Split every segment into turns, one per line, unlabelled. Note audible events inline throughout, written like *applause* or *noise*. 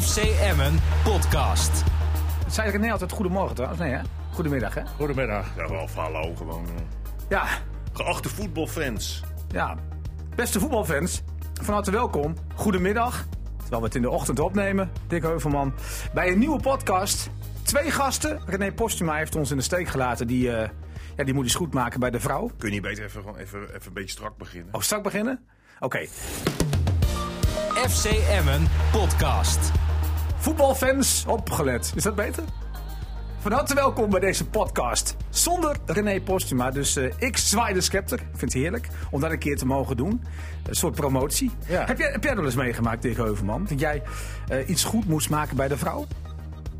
FC Emmen podcast.
Zei ik het niet altijd goedemorgen trouwens? Nee hè? Goedemiddag hè?
Goedemiddag. Ja, wel hallo gewoon. eh.
Ja,
Geachte voetbalfans.
ja. Beste voetbalfans, van harte welkom. Goedemiddag. Terwijl we het in de ochtend opnemen, Dick Heuvelman. Bij een nieuwe podcast. Twee gasten. René Postuma heeft ons in de steek gelaten. Die, eh, ja, die moet iets goed maken bij de vrouw.
Kun je niet beter even, gewoon even, even een beetje strak beginnen?
Oh, strak beginnen? Oké.
FC Emmen podcast.
Voetbalfans, opgelet. Is dat beter? Van harte welkom bij deze podcast. Zonder René Postuma, dus eh, ik zwaai de scepter. Ik vind het heerlijk om dat een keer te mogen doen. Een soort promotie.
Ja.
Heb, jij, heb jij dat wel eens meegemaakt, Dick Heuvelman? Dat jij eh, iets goed moest maken bij de vrouw?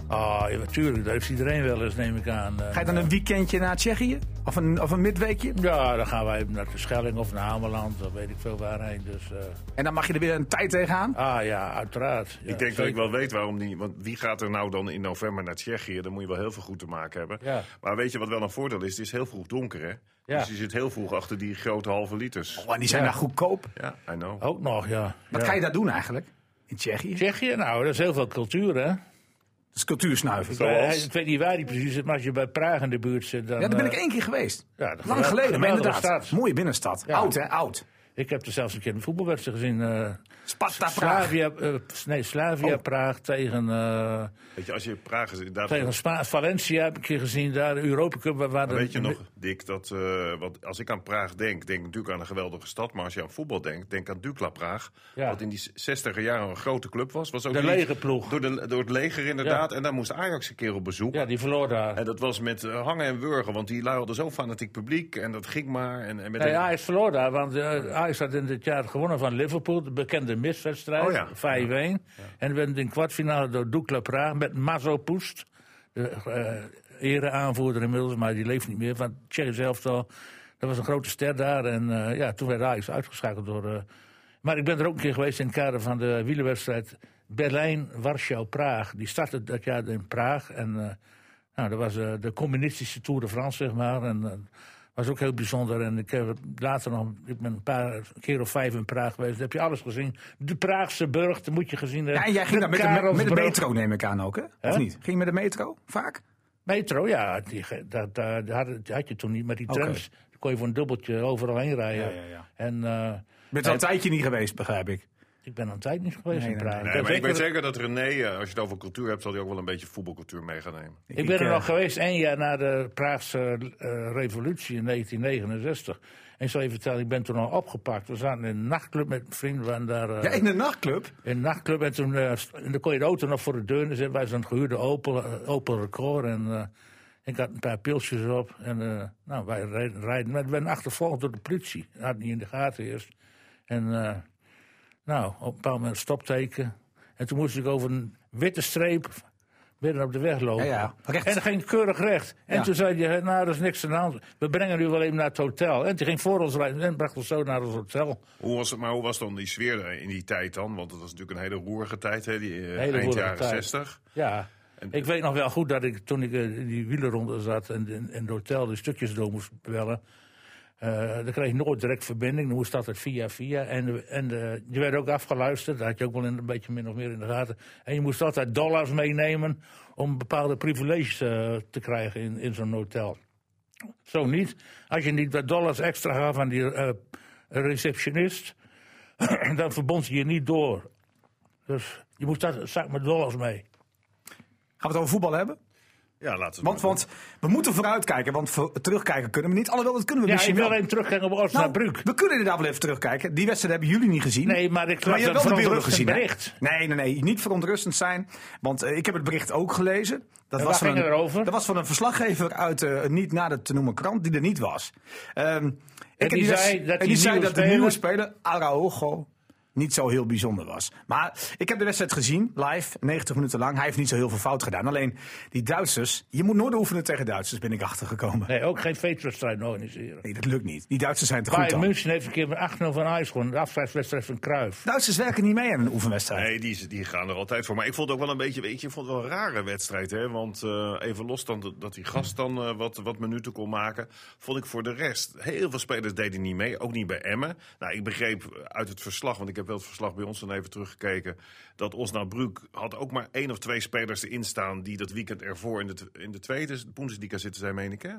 Ah, ja, natuurlijk. Dat heeft iedereen wel eens, neem ik aan. Eh,
Ga je dan een weekendje naar Tsjechië? Of een, of een midweekje?
Ja, dan gaan wij naar de Schelling of naar Ameland, of weet ik veel waarheen. Dus, eh,
En dan mag je er weer een tijd tegenaan?
ah ja, uiteraard. Ja,
ik denk dat ik
zeker.
wel weet waarom die. Want wie gaat er nou dan in november naar Tsjechië? Dan moet je wel heel veel goed te maken hebben.
Ja.
Maar weet je wat wel een voordeel is? Het is heel vroeg donker, hè?
Ja.
Dus je zit heel vroeg achter die grote halve liters.
Oh, en die zijn
Ja.
daar goedkoop.
Ja, I know.
Ook nog, ja.
Wat
ja.
ga je daar doen eigenlijk? In Tsjechië?
Tsjechië, nou, dat is heel veel cultuur, hè?
Dat is cultuursnuiven.
Eh,
Zoals?
Ik weet niet waar die precies zit, maar als je bij Praag in de buurt zit, dan...
Ja, daar ben ik
eh,
één keer geweest.
ja, dat
Lang
geweld-
geleden, maar
geweldige
inderdaad.
stad.
Mooie binnenstad.
Ja.
Oud, hè? Oud.
Ik heb er zelfs een keer een voetbalwedstrijd gezien. eh
Sparta Praag.
Slavia, eh, nee, Slavia
Oh.
Praag tegen... eh,
Weet je, als je in Praag is, daar
Tegen Spa- Valencia heb ik een keer gezien, daar de Europa Cup. Waar, waar de-
Weet je nog, Dick, dat eh, wat, als ik aan Praag denk, denk ik natuurlijk aan een geweldige stad. Maar als je aan voetbal denkt, denk aan Dukla Praag.
Ja.
Wat in die 60er jaren een grote club was. was ook
De
die-
legerploeg.
Door, de, door het leger inderdaad. En daar moest Ajax een keer op bezoek.
Ja, die verloor daar.
En dat was met eh, hangen en wurgen, want die lui hadden zo'n fanatiek publiek. En dat ging maar. En, en met
Nee,
een-
Ajax verloor daar, want eh, Ajax had in dit jaar gewonnen van Liverpool. De bekende miswedstrijd,
Oh ja.
5-1. En werd in kwartfinale door Dukla Praag met Mazo Poest. De eh ereaanvoerder inmiddels, maar die leeft niet meer. Van Tsjechië zelf al. Dat was een grote ster daar. En eh, ja, toen werd Ajax uitgeschakeld door... eh, maar ik ben er ook een keer geweest in het kader van de wielerwedstrijd Berlijn-Warschau-Praag. Die startte dat jaar in Praag. En eh, nou, dat was eh, de communistische Tour de France, zeg maar. En eh, was ook heel bijzonder. En ik heb later nog, ik ben een paar keer of vijf in Praag geweest. Daar heb je alles gezien. De Praagse burg, dat moet je gezien hebben.
Ja, en jij ging
De
daar met de, met de
Karelsbrug.
metro, neem ik aan ook, hè? Of
Hè?
niet? Ging je met de metro vaak?
Metro, ja. Die, ge- dat, eh, die had, die had je toen niet, maar die trams. daar kon je voor een dubbeltje overal heen rijden.
Ja, ja, ja.
En eh,
Je bent al een tijdje niet geweest, begrijp ik.
ik ben aan het tijd niet geweest
Nee,
in
nee,
Praag.
Nee,
ben
maar ik weet
zeker-
zeker dat René, eh, als je het over cultuur hebt, zal hij ook wel een beetje voetbalcultuur mee gaan nemen.
Ik ben er
eh,
nog geweest één jaar na de Praagse eh, revolutie in 1969. En ik zal je vertellen, ik ben toen al opgepakt. We zaten in een nachtclub met vrienden. We waren daar, eh,
Ja, in de nachtclub?
in een nachtclub. En toen eh, st- en dan kon je de auto nog voor de deur zetten. Wij zijn gehuurde Opel, eh, Opel Record. En eh, ik had een paar pilsjes op. En eh, nou, wij rijden. rijden. Maar ik ben achtervolgd door de politie. Ik Had niet in de gaten eerst. En eh, nou, op een bepaald moment stopteken. En toen moest ik over een witte streep weer op de weg lopen.
Ja, ja, rechts.
En dat ging keurig recht. En
Ja.
toen zei hij, nou, er is niks aan de hand. We brengen u wel even naar het hotel. En die ging voor ons rijden en bracht ons zo naar ons hotel.
Hoe was het, maar hoe was dan die sfeer daar in die tijd dan? Want het was natuurlijk een hele roerige tijd, hè, die, eh,
Hele
eind
roerige
jaren
tijd.
60.
Ja. ik weet nog wel goed dat ik toen ik eh, in die wielerronde zat en in in het hotel de stukjes door moest bellen. eh, dan kreeg je nooit direct verbinding, dan moest altijd via via. En, de- en de- je werd ook afgeluisterd, dat had je ook wel in- een beetje min of meer in de gaten. En je moest altijd dollars meenemen om bepaalde privileges eh, te krijgen in, in zo'n hotel. Zo niet. Als je niet wat dollars extra gaf aan die eh, receptionist, *clears throat* dan verbond ze je niet door. Dus je moest daar een zak met dollars mee.
Gaan we het over voetbal hebben?
Ja, laten we
Want, want we moeten vooruitkijken, want voor- terugkijken kunnen we niet. Alhoewel, dat kunnen we
Ja, ik
misschien
wil
wel.
even teruggaan op
Nou,
Osnabrück.
we kunnen inderdaad wel even terugkijken. Die wedstrijd hebben jullie niet gezien.
Nee, maar ik
Maar
las
je
dat
hebt wel de beelden gezien,
verontrustend
hè?
bericht.
Nee, nee, nee. Niet verontrustend zijn. Want eh, ik heb het bericht ook gelezen. Dat was
En waar
van
ging
een,
het erover?
Dat was van een verslaggever uit eh, een niet nader te noemen krant die er niet was. Ehm, ik heb
die
les-
zei dat
en
die
die zei
nieuwe
dat de nieuwe
speler-
speler, Araujo, niet zo heel bijzonder was. Maar ik heb de wedstrijd gezien, live, 90 minuten lang. Hij heeft niet zo heel veel fout gedaan. Alleen die Duitsers, je moet nooit oefenen tegen Duitsers, ben ik achtergekomen.
Nee, ook geen veterwedstrijd organiseren.
Nee, dat lukt niet. Die Duitsers zijn te goed
Bayern
dan.
München heeft een keer met 8-0 van Ajax gewonnen. De afscheidswedstrijd van Cruijff.
Duitsers werken niet mee aan een oefenwedstrijd.
Nee, die, die gaan er altijd voor. Maar ik vond het ook wel een beetje, weet je, ik vond het wel een rare wedstrijd. Hè? Want eh, even los dan dat- dat die gast dan eh, wat, wat minuten kon maken, vond ik voor de rest. Heel veel spelers deden niet mee, ook niet bij Emmen. Nou, ik begreep uit het verslag, want ik heb heb wel het verslag bij ons dan even teruggekeken. Dat Osnabrück had ook maar één of twee spelers erin staan. die dat weekend ervoor in de, tw- in de tweede Bundesliga zitten zijn, meen ik hè?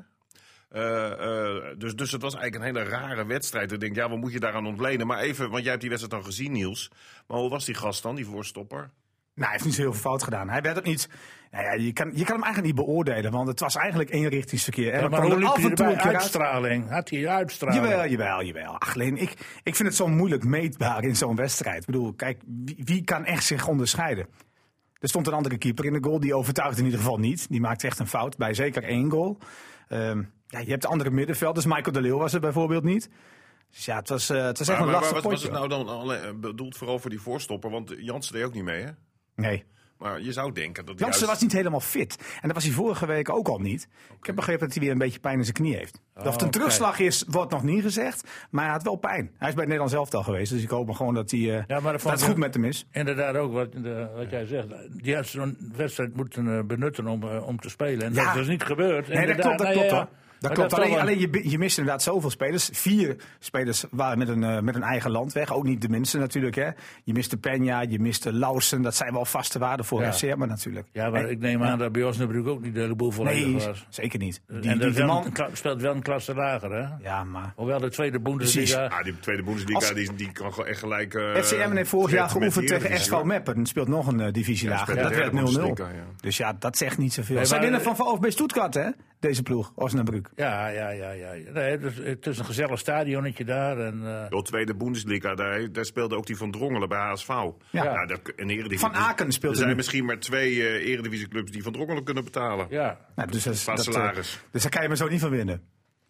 Eh, eh, dus, dus het was eigenlijk een hele rare wedstrijd. Ik denk, ja, wat moet je daaraan ontlenen? Maar even, want jij hebt die wedstrijd dan gezien, Niels. Maar hoe was die gast dan, die voorstopper?
Nou, hij heeft niet zo heel veel fout gedaan. Hij werd ook niet. Nou ja, je, kan, je kan hem eigenlijk niet beoordelen, want het was eigenlijk eenrichtingsverkeer. En
Ja,
dan
maar
kwam
hoe
er
liep
af
hij
en toe
erbij?
een keer uit.
Uitstraling. Had hij uitstraling?
Jawel, jawel, jawel. Ach, alleen ik, ik vind het zo moeilijk meetbaar in zo'n wedstrijd. Ik bedoel, kijk, wie, wie kan echt zich onderscheiden? Er stond een andere keeper in de goal, die overtuigde in ieder geval niet. Die maakte echt een fout bij zeker één goal. Ehm, ja, je hebt andere middenvelders, Michael de Leeuw was er bijvoorbeeld niet. Dus ja, het was, eh, het was echt
Maar,
een
maar
lastig
wat was
potje.
het nou dan alleen- eh, bedoeld vooral voor die voorstopper? Want Jansen deed ook niet mee, hè?
nou?
Nee,
Maar je zou denken dat hij
Jansen was
juist-
niet helemaal fit. En dat was hij vorige week ook al niet. Ik heb begrepen dat hij weer een beetje pijn in zijn knie heeft. of het een
Ah, oké.
terugslag is, wordt nog niet gezegd. Maar hij had wel pijn. Hij is bij het Nederlands elftal geweest. Dus ik hoop maar gewoon dat hij eh,
Ja, maar dat
dat het
vond ik-
goed met hem is.
Inderdaad ook, wat, eh, wat jij zegt. Die had zo'n wedstrijd moeten eh, benutten om, eh, om te spelen. En
Ja.
dat is dus niet gebeurd.
Nee, dat
Inderdaad,
klopt, dat
nou ja,
klopt
ja.
hoor. Dat
Maar
klopt.
is
Alleen,
toch een-
alleen je, bi- je mist inderdaad zoveel spelers. Vier spelers waren met een, eh, met een eigen land weg. Ook niet de minste natuurlijk. Hè. Je miste Peña, je miste Lausen. Dat zijn wel vaste waarden voor
Ja.
FCM natuurlijk.
Ja, maar
En-
ik neem aan dat bij Osnabrück ook niet de hele boel volledig
Nee,
was.
zeker niet. Die,
en
die-
dat
die
wel een
man...
kla- speelt wel een klasse lager, hè?
Ja, maar...
Hoewel de tweede Bundesliga...
Ah, die tweede Bundesliga,
Als-
die, die kan gewoon echt gelijk... eh,
FCM heeft vorig jaar geoefend tegen SV Meppen. En speelt nog een eh, divisie
Ja,
lager.
speelt
Dat
de
werd 0-0.
derde Bundesliga, ja.
Dus ja, dat zegt niet zoveel.
Nee,
Zij
maar-
winnen van VfB Stuttgart, hè? Deze ploeg, Osnabrück.
Ja, ja, ja. ja. Nee, het, is, het is een gezellig stadionnetje daar. En, eh,
De tweede Bundesliga, daar, daar speelde ook die Van Drongelen bij HSV. Ja. daar, en Eredivisie,
Van Aken speelt
Er
er
zijn
nu.
misschien maar twee eh, Eredivisieclubs die Van Drongelen kunnen betalen.
ja.
Nou, dus, dat, is-
Qua
dat, eh,
salaris.
dus daar kan je me zo niet van winnen.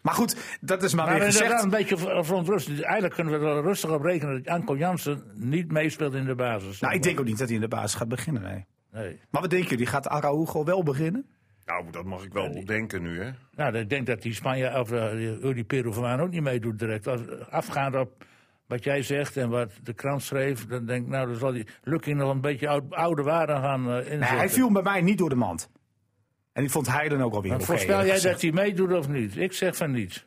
Maar goed, dat is maar,
Maar
weer
inderdaad
gezegd.
een beetje ver- verontrustend. Eigenlijk kunnen we er wel rustig op rekenen dat Anko Jansen niet meespeelt in de basis.
Nou, ik denk ook niet dat hij in de basis gaat beginnen. Nee.
Nee.
Maar wat denken jullie? Gaat Araujo wel beginnen?
Nou, dat mag ik wel denken nu, hè.
Nou, ik denk dat die Spanje of eh, die- die Peruviaan ook niet meedoet direct. Als- eh, Afgaand op wat jij zegt en wat de krant schreef, dan denk ik, nou, dan zal die Lucky nog een beetje oud, oude waarden gaan eh, inzetten.
Nee, hij viel bij mij niet door de mand. En ik vond hij dan ook alweer
Maar
oké.
voorspel
eerlijk
jij
gezegd.
dat hij meedoet of niet? Ik zeg van niet.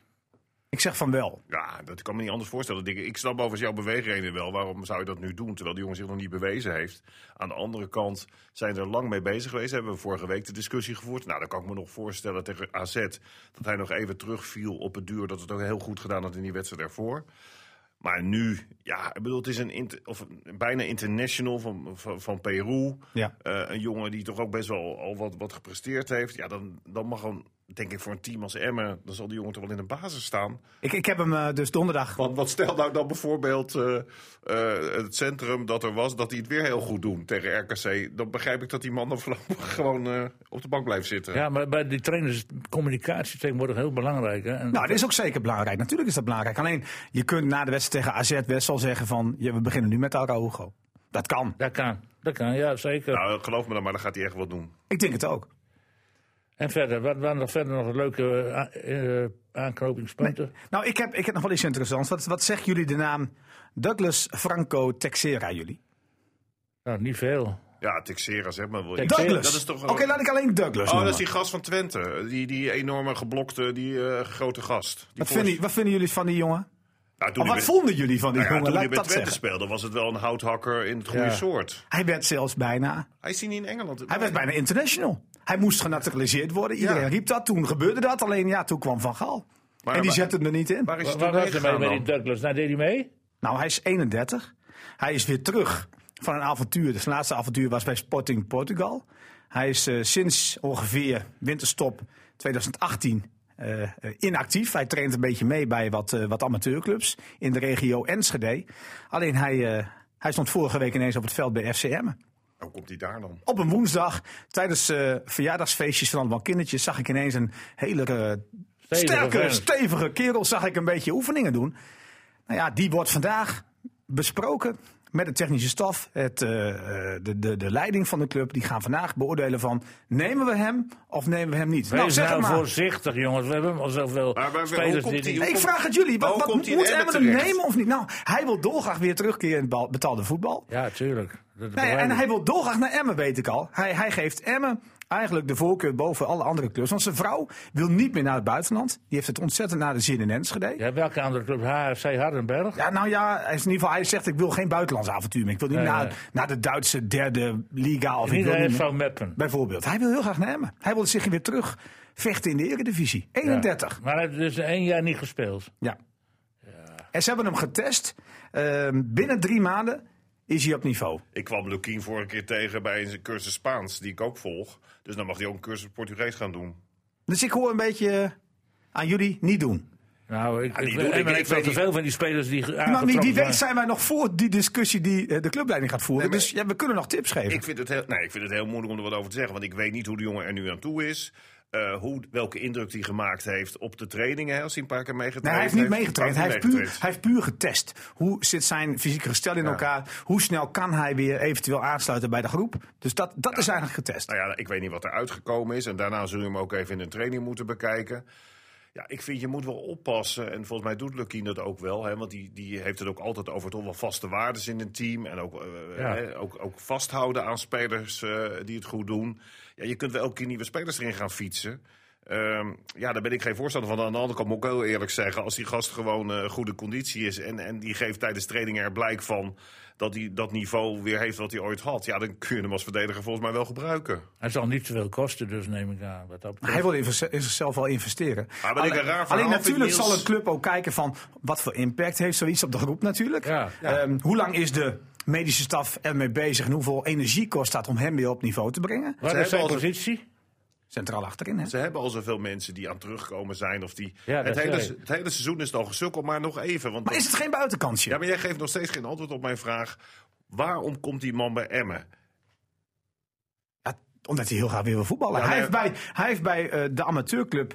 Ik zeg van wel.
Ja, dat kan me niet anders voorstellen. Ik, ik snap overigens jouw beweegreden wel. Waarom zou je dat nu doen, terwijl die jongen zich nog niet bewezen heeft? Aan de andere kant zijn ze er lang mee bezig geweest. Hebben we vorige week de discussie gevoerd. Nou, dan kan ik me nog voorstellen tegen AZ... dat hij nog even terugviel op het duur. Dat het ook heel goed gedaan had in die wedstrijd ervoor. Maar nu, ja, ik bedoel, het is een inter- of een bijna international van, van, van Peru.
Ja.
Eh, een jongen die toch ook best wel al wat, wat gepresteerd heeft. Ja, dan, dan mag een, denk ik, voor een team als Emmen... dan zal die jongen toch wel in de basis staan.
Ik, ik heb hem eh, dus donderdag
Want, want stel nou dan bijvoorbeeld eh, eh, het centrum dat er was, dat die het weer heel goed doen tegen RKC. Dan begrijp ik dat die man dan voorlopig *laughs* gewoon eh, op de bank blijft zitten.
Ja, maar bij die trainers is communicatie tegenwoordig heel belangrijk. Hè? En
Nou, dat is ook zeker belangrijk. Natuurlijk is dat belangrijk. Alleen, je kunt na de wedstrijd tegen AZ best wel zeggen van... Ja, we beginnen nu met Araujo. Dat kan.
Dat kan, dat kan, ja, zeker.
Nou, geloof me dan maar, dan gaat hij echt wat doen.
Ik denk het ook.
En verder, wat waren nog verder nog leuke eh, a- eh, aanknopingspunten?
Nou, ik heb, ik heb nog wel iets interessants. Wat, wat zeggen jullie de naam Douglas Franco Texera jullie?
Nou, niet veel.
Ja, Texera zeg maar. Wil je.
Texera,
Douglas!
dat is toch wel-
Oké, laat ik alleen Douglas
Oh, dat
noemen.
is die gast van Twente. Die, die enorme geblokte, die eh, grote gast. Die
wat,
voorst-
vinden, wat vinden jullie van die jongen?
Nou, toen
Of
hij
wat
bij-
vonden jullie van die
nou ja,
jongen?
toen
Laat ik
hij bij
dat
Twente
zeggen.
speelde, was het wel een houthakker in het goede
Ja.
soort.
Hij werd zelfs bijna...
Hij is hier niet in Engeland.
Hij werd bijna international. Hij moest genaturaliseerd worden. Iedereen
Ja.
riep dat. Toen gebeurde dat. Alleen, ja, toen kwam Van Gaal.
Maar-
en die
maar-
zette hem er niet in.
Waar is hij
Waar
toen
waar was er mee
heen
met die
gegaan dan?
Douglas? Nou, deed hij mee?
Nou, hij is 31. Hij is weer terug van een avontuur. Dus zijn laatste avontuur was bij Sporting Portugal. Hij is eh, sinds ongeveer winterstop 2018 eh, eh, inactief. Hij traint een beetje mee bij wat, eh, wat amateurclubs in de regio Enschede. Alleen hij, eh, hij stond vorige week ineens op het veld bij FCM.
Hoe komt hij daar dan?
Op een woensdag, tijdens eh, verjaardagsfeestjes van allemaal kindertjes, zag ik ineens een hele eh, sterke,
vent.
stevige kerel zag ik een beetje oefeningen doen. Nou ja, die wordt vandaag besproken met de technische staf. Het, eh, eh, de, de, de leiding van de club. Die gaan vandaag beoordelen van nemen we hem of nemen we hem niet. nou,
Wees
zeg
nou
het maar.
voorzichtig, jongens. We hebben al zoveel
Maar- maar- maar hoe
spelers
komt
die...
die-
die-
hoe
Ik vraag het jullie. Wat,
Hoe
wat
komt hij in
moet
Emmen
Emmen hem
terecht?
nemen of niet? Nou, hij wil dolgraag weer terugkeren in het bal- betaalde voetbal.
Ja, tuurlijk. Dat
Nou ja, en
bewijst-
hij wil dolgraag naar Emmen, weet ik al. Hij, hij geeft Emmen eigenlijk de voorkeur boven alle andere clubs. Want zijn vrouw wil niet meer naar het buitenland. Die heeft het ontzettend naar de zin in Enschede. Ja.
Ja, welke andere club? HFC Hardenberg?
nou ja, hij, is in ieder geval, hij zegt ik wil geen buitenlands avontuur meer. Ik wil niet
Nee,
naar,
nee.
naar de Duitse derde liga. Of ik
Niet
wil
de
niet meer-
FV Meppen.
Bijvoorbeeld. Hij wil heel graag naar Emmen. Hij wil zich weer terug vechten in de Eredivisie. 31.
Ja. Maar hij heeft dus één jaar niet gespeeld.
Ja. En ze hebben hem getest. Ehm, binnen drie maanden is hij op niveau.
Ik kwam Lukien vorige keer tegen bij een cursus Spaans, die ik ook volg. Dus dan mag hij ook een cursus Portugees gaan doen.
Dus ik hoor een beetje aan jullie niet doen.
Nou, ik,
die
ik,
doet-
ik,
ik- ik
weet
weet
te
niet-
veel van die spelers die ge-
maar wie,
aangetrokken
wie weet
waren.
zijn wij nog voor die discussie die eh, de clubleiding gaat voeren.
Nee, maar-
dus ja, we kunnen nog tips geven.
Ik vind, het heel, nee, ik vind het heel moeilijk om er wat over te zeggen. Want ik weet niet hoe de jongen er nu aan toe is. eh, hoe, welke indruk hij gemaakt heeft op de trainingen. hè, Als hij een paar keer meegetraind
Nee, hij heeft niet meegetraind. Hij heeft, puur,
meegetraind.
hij heeft puur getest. Hoe zit zijn fysieke gestel in elkaar? Hoe snel kan hij weer eventueel aansluiten bij de groep? Dus dat, dat is eigenlijk getest.
Nou ja, ik weet niet wat er uitgekomen is. En daarna zullen we hem ook even in een training moeten bekijken. Ja, ik vind je moet wel oppassen. En volgens mij doet Lukien dat ook wel. Hè, want die, die heeft het ook altijd over toch wel vaste waardes in een team. En ook, eh,
Ja.
hè, ook, ook vasthouden aan spelers eh, die het goed doen. Ja, je kunt wel elke keer nieuwe spelers erin gaan fietsen. Ehm, ja, daar ben ik geen voorstander van. Aan de andere kant moet ik heel eerlijk zeggen... als die gast gewoon eh, goede conditie is... En, en die geeft tijdens training er blijk van... dat hij dat niveau weer heeft wat hij ooit had... ja, dan kun je hem als verdediger volgens mij wel gebruiken.
Hij zal niet zoveel kosten, dus neem ik aan. Wat dat betreft.
Hij wil in vers- in zichzelf wel investeren.
Maar wat ik een raar verhaal
alleen
vind,
natuurlijk
Niels-
zal een club ook kijken van wat voor impact heeft zoiets op de groep natuurlijk.
Ja, ja.
Ehm, hoe lang is de medische staf ermee bezig en hoeveel energie kost dat om hem weer op niveau te brengen?
Wat
Ze
is
hebben
zijn
al-
positie?
Centraal achterin. Hè?
Ze hebben al zoveel mensen die aan terugkomen zijn. Of die,
Ja, dat
het, hele,
zei je.
het hele seizoen is het al gesukkel, maar nog even. Want
Maar
dat-
is het geen buitenkansje?
ja, maar jij geeft nog steeds geen antwoord op mijn vraag. Waarom komt die man bij Emmen?
Ja, omdat hij heel graag weer wil voetballen.
Ja,
hij,
maar-
heeft bij, hij heeft bij eh, de amateurclub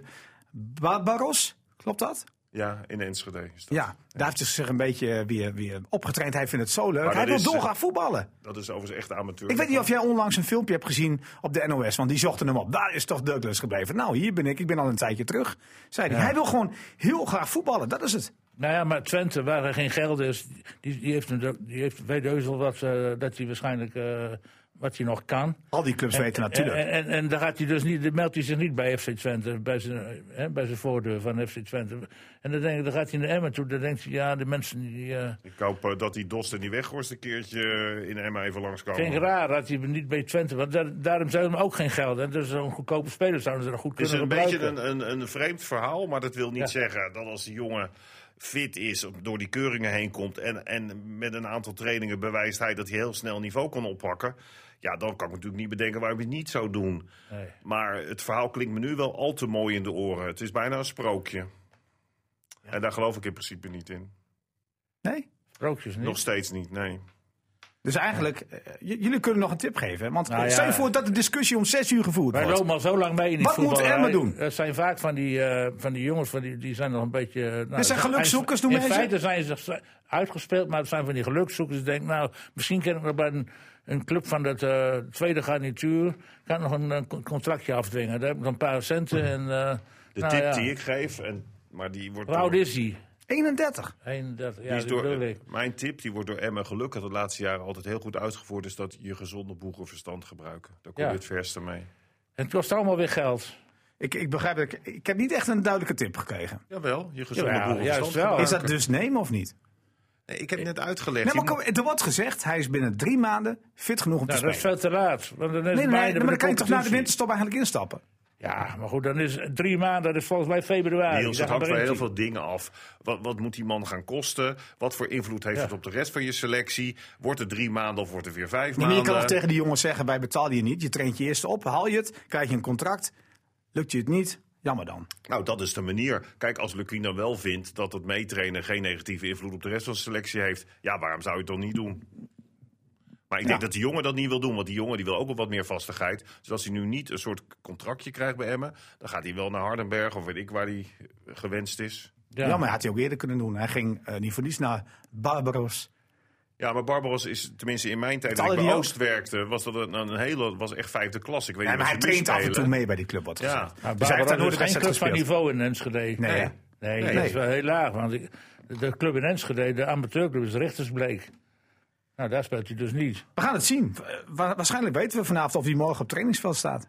Barbaros, klopt dat?
Ja, in Enschede. Is dat.
Ja, daar heeft hij zich een beetje eh, weer, weer opgetraind. Hij vindt het zo leuk.
Maar
hij
dat
wil
is,
dolgraag voetballen.
dat is overigens echt amateur.
Ik weet niet of jij onlangs een filmpje hebt gezien op de NOS, want die zochten hem op. Daar is toch Douglas gebleven? Nou, hier ben ik. Ik ben al een tijdje terug, zei hij. Hij wil gewoon heel graag voetballen, dat is het.
Nou ja, maar Twente, waar er geen geld is, die, die, heeft, een- die heeft, weet heus wel wat, eh, dat hij waarschijnlijk eh, wat hij nog kan.
Al die clubs weten
nou,
natuurlijk.
En, en, en daar gaat hij dus niet, dan meldt hij zich niet bij FC Twente, bij zijn, hè, bij zijn voordeur van FC Twente. En dan, denk ik, dan gaat hij naar Emmen toe, dan denkt hij, ja, de mensen die... eh,
Ik hoop eh, dat die Dost en die Weghorst een keertje eh, in Emmen even langskomen.
Vind ik raar dat hij niet bij Twente, want daar- daarom zou hem ook geen geld. En dus zo'n goedkope speler zouden ze er goed
Het is
kunnen
een beetje
gebruiken.
een, een, een vreemd verhaal, maar dat wil niet
Ja.
zeggen dat als die jongen fit is, door die keuringen heen komt en, en met een aantal trainingen bewijst hij dat hij heel snel niveau kan oppakken. Ja, dan kan ik natuurlijk niet bedenken waarom je het niet zou doen.
Nee.
Maar het verhaal klinkt me nu wel al te mooi in de oren. Het is bijna een sprookje. En daar geloof ik in principe niet in.
Nee?
Sprookjes niet.
Nog steeds niet, nee.
Dus eigenlijk, eh, j- jullie kunnen nog een tip geven. hè? Want
Nou
eh, stel je
ja.
voor dat de discussie om zes uur gevoerd
Wij
wordt.
lopen al zo lang mee in die
Wat moet
voetballerij.
Emmen doen?
Het zijn vaak van die, eh, van die jongens, van die, die zijn nog een beetje... eh, Nou,
Dit zijn gelukszoekers, noem
In
jij ze?
feite zijn ze uitgespeeld, maar het zijn van die gelukszoekers. Die denken, nou, misschien kan ik nog bij een, een club van dat eh, tweede garnituur... kan ik nog een eh, con- contractje afdwingen. Daar heb ik nog een paar centen en... eh,
De
nou
tip
ja.
die ik geef, en, maar die wordt...
Hoe oud
door-
is hij?
31.
31, ja,
Die is
dat bedoel
door,
ik.
mijn tip die wordt door Emma gelukkig de laatste jaren altijd heel goed uitgevoerd. Is dat je gezonde boerenverstand gebruiken. Daar kom
Ja.
je het verste mee.
En het kost allemaal weer geld.
Ik, ik begrijp dat ik, ik heb niet echt een duidelijke tip gekregen.
Jawel, je gezonde
Jawel,
boerenverstand
juist wel.
Is
gebruiken.
dat dus nemen of niet?
Nee, ik heb net uitgelegd.
Nee, maar
je
kom, er wordt gezegd, hij is binnen drie maanden fit genoeg om te
Nou, dat is
spelen.
veel te laat. Want dan is
Nee,
het
nee, nee,
bijna
maar
bij
dan kan je toch na de
competitie.
winterstop eigenlijk instappen?
Ja, maar goed, dan is drie maanden, dat is volgens mij februari.
moet- Niels,
Dan
het hangt
begint
van heel
hij.
veel dingen af. Wat, wat moet die man gaan kosten? Wat voor invloed heeft
Ja.
het op de rest van je selectie? Wordt het drie maanden of wordt het weer vijf
Nee, maar je
maanden?
kan ook
eh,
tegen die jongens zeggen, wij betalen je niet. Je traint je eerst op, haal je het, krijg je een contract. Lukt je het niet, jammer dan.
Nou, dat is de manier. Kijk, als Lequien dan wel vindt dat het meetrainen geen negatieve invloed op de rest van de selectie heeft, ja, waarom zou je het dan niet doen? Maar ik denk dat die jongen dat niet wil doen, want die jongen die wil ook wel wat meer vastigheid. Dus als hij nu niet een soort contractje krijgt bij Emmen, dan gaat hij wel naar Hardenberg of weet ik waar hij eh, gewenst is.
Ja.
Jammer, had hij ook eerder kunnen doen. Hij ging eh, niet voor niets naar Barbaros.
Ja, maar Barbaros is tenminste in mijn tijd
Betalen
dat ik bij
die ook?
Oost werkte, was dat een, een hele, was echt vijfde klas. Ik weet
Nee,
niet
maar hij
wat ze nu
traint af en toe
spelen.
mee bij die club, wordt er
Ja.
gezegd. Dus
Maar
hij heeft daar
Barbara
nooit
Nou, is
een
geen club
wedstrijd
van
gespeeld.
niveau in Enschede.
Nee, hè?
nee,
Nee.
dat is wel heel laag. Want ik- de club in Enschede, de amateurclub is Richtersbleek. Nou, daar speelt hij dus niet.
We gaan het zien. Wa- wa- Waarschijnlijk weten we vanavond of hij morgen op het trainingsveld staat.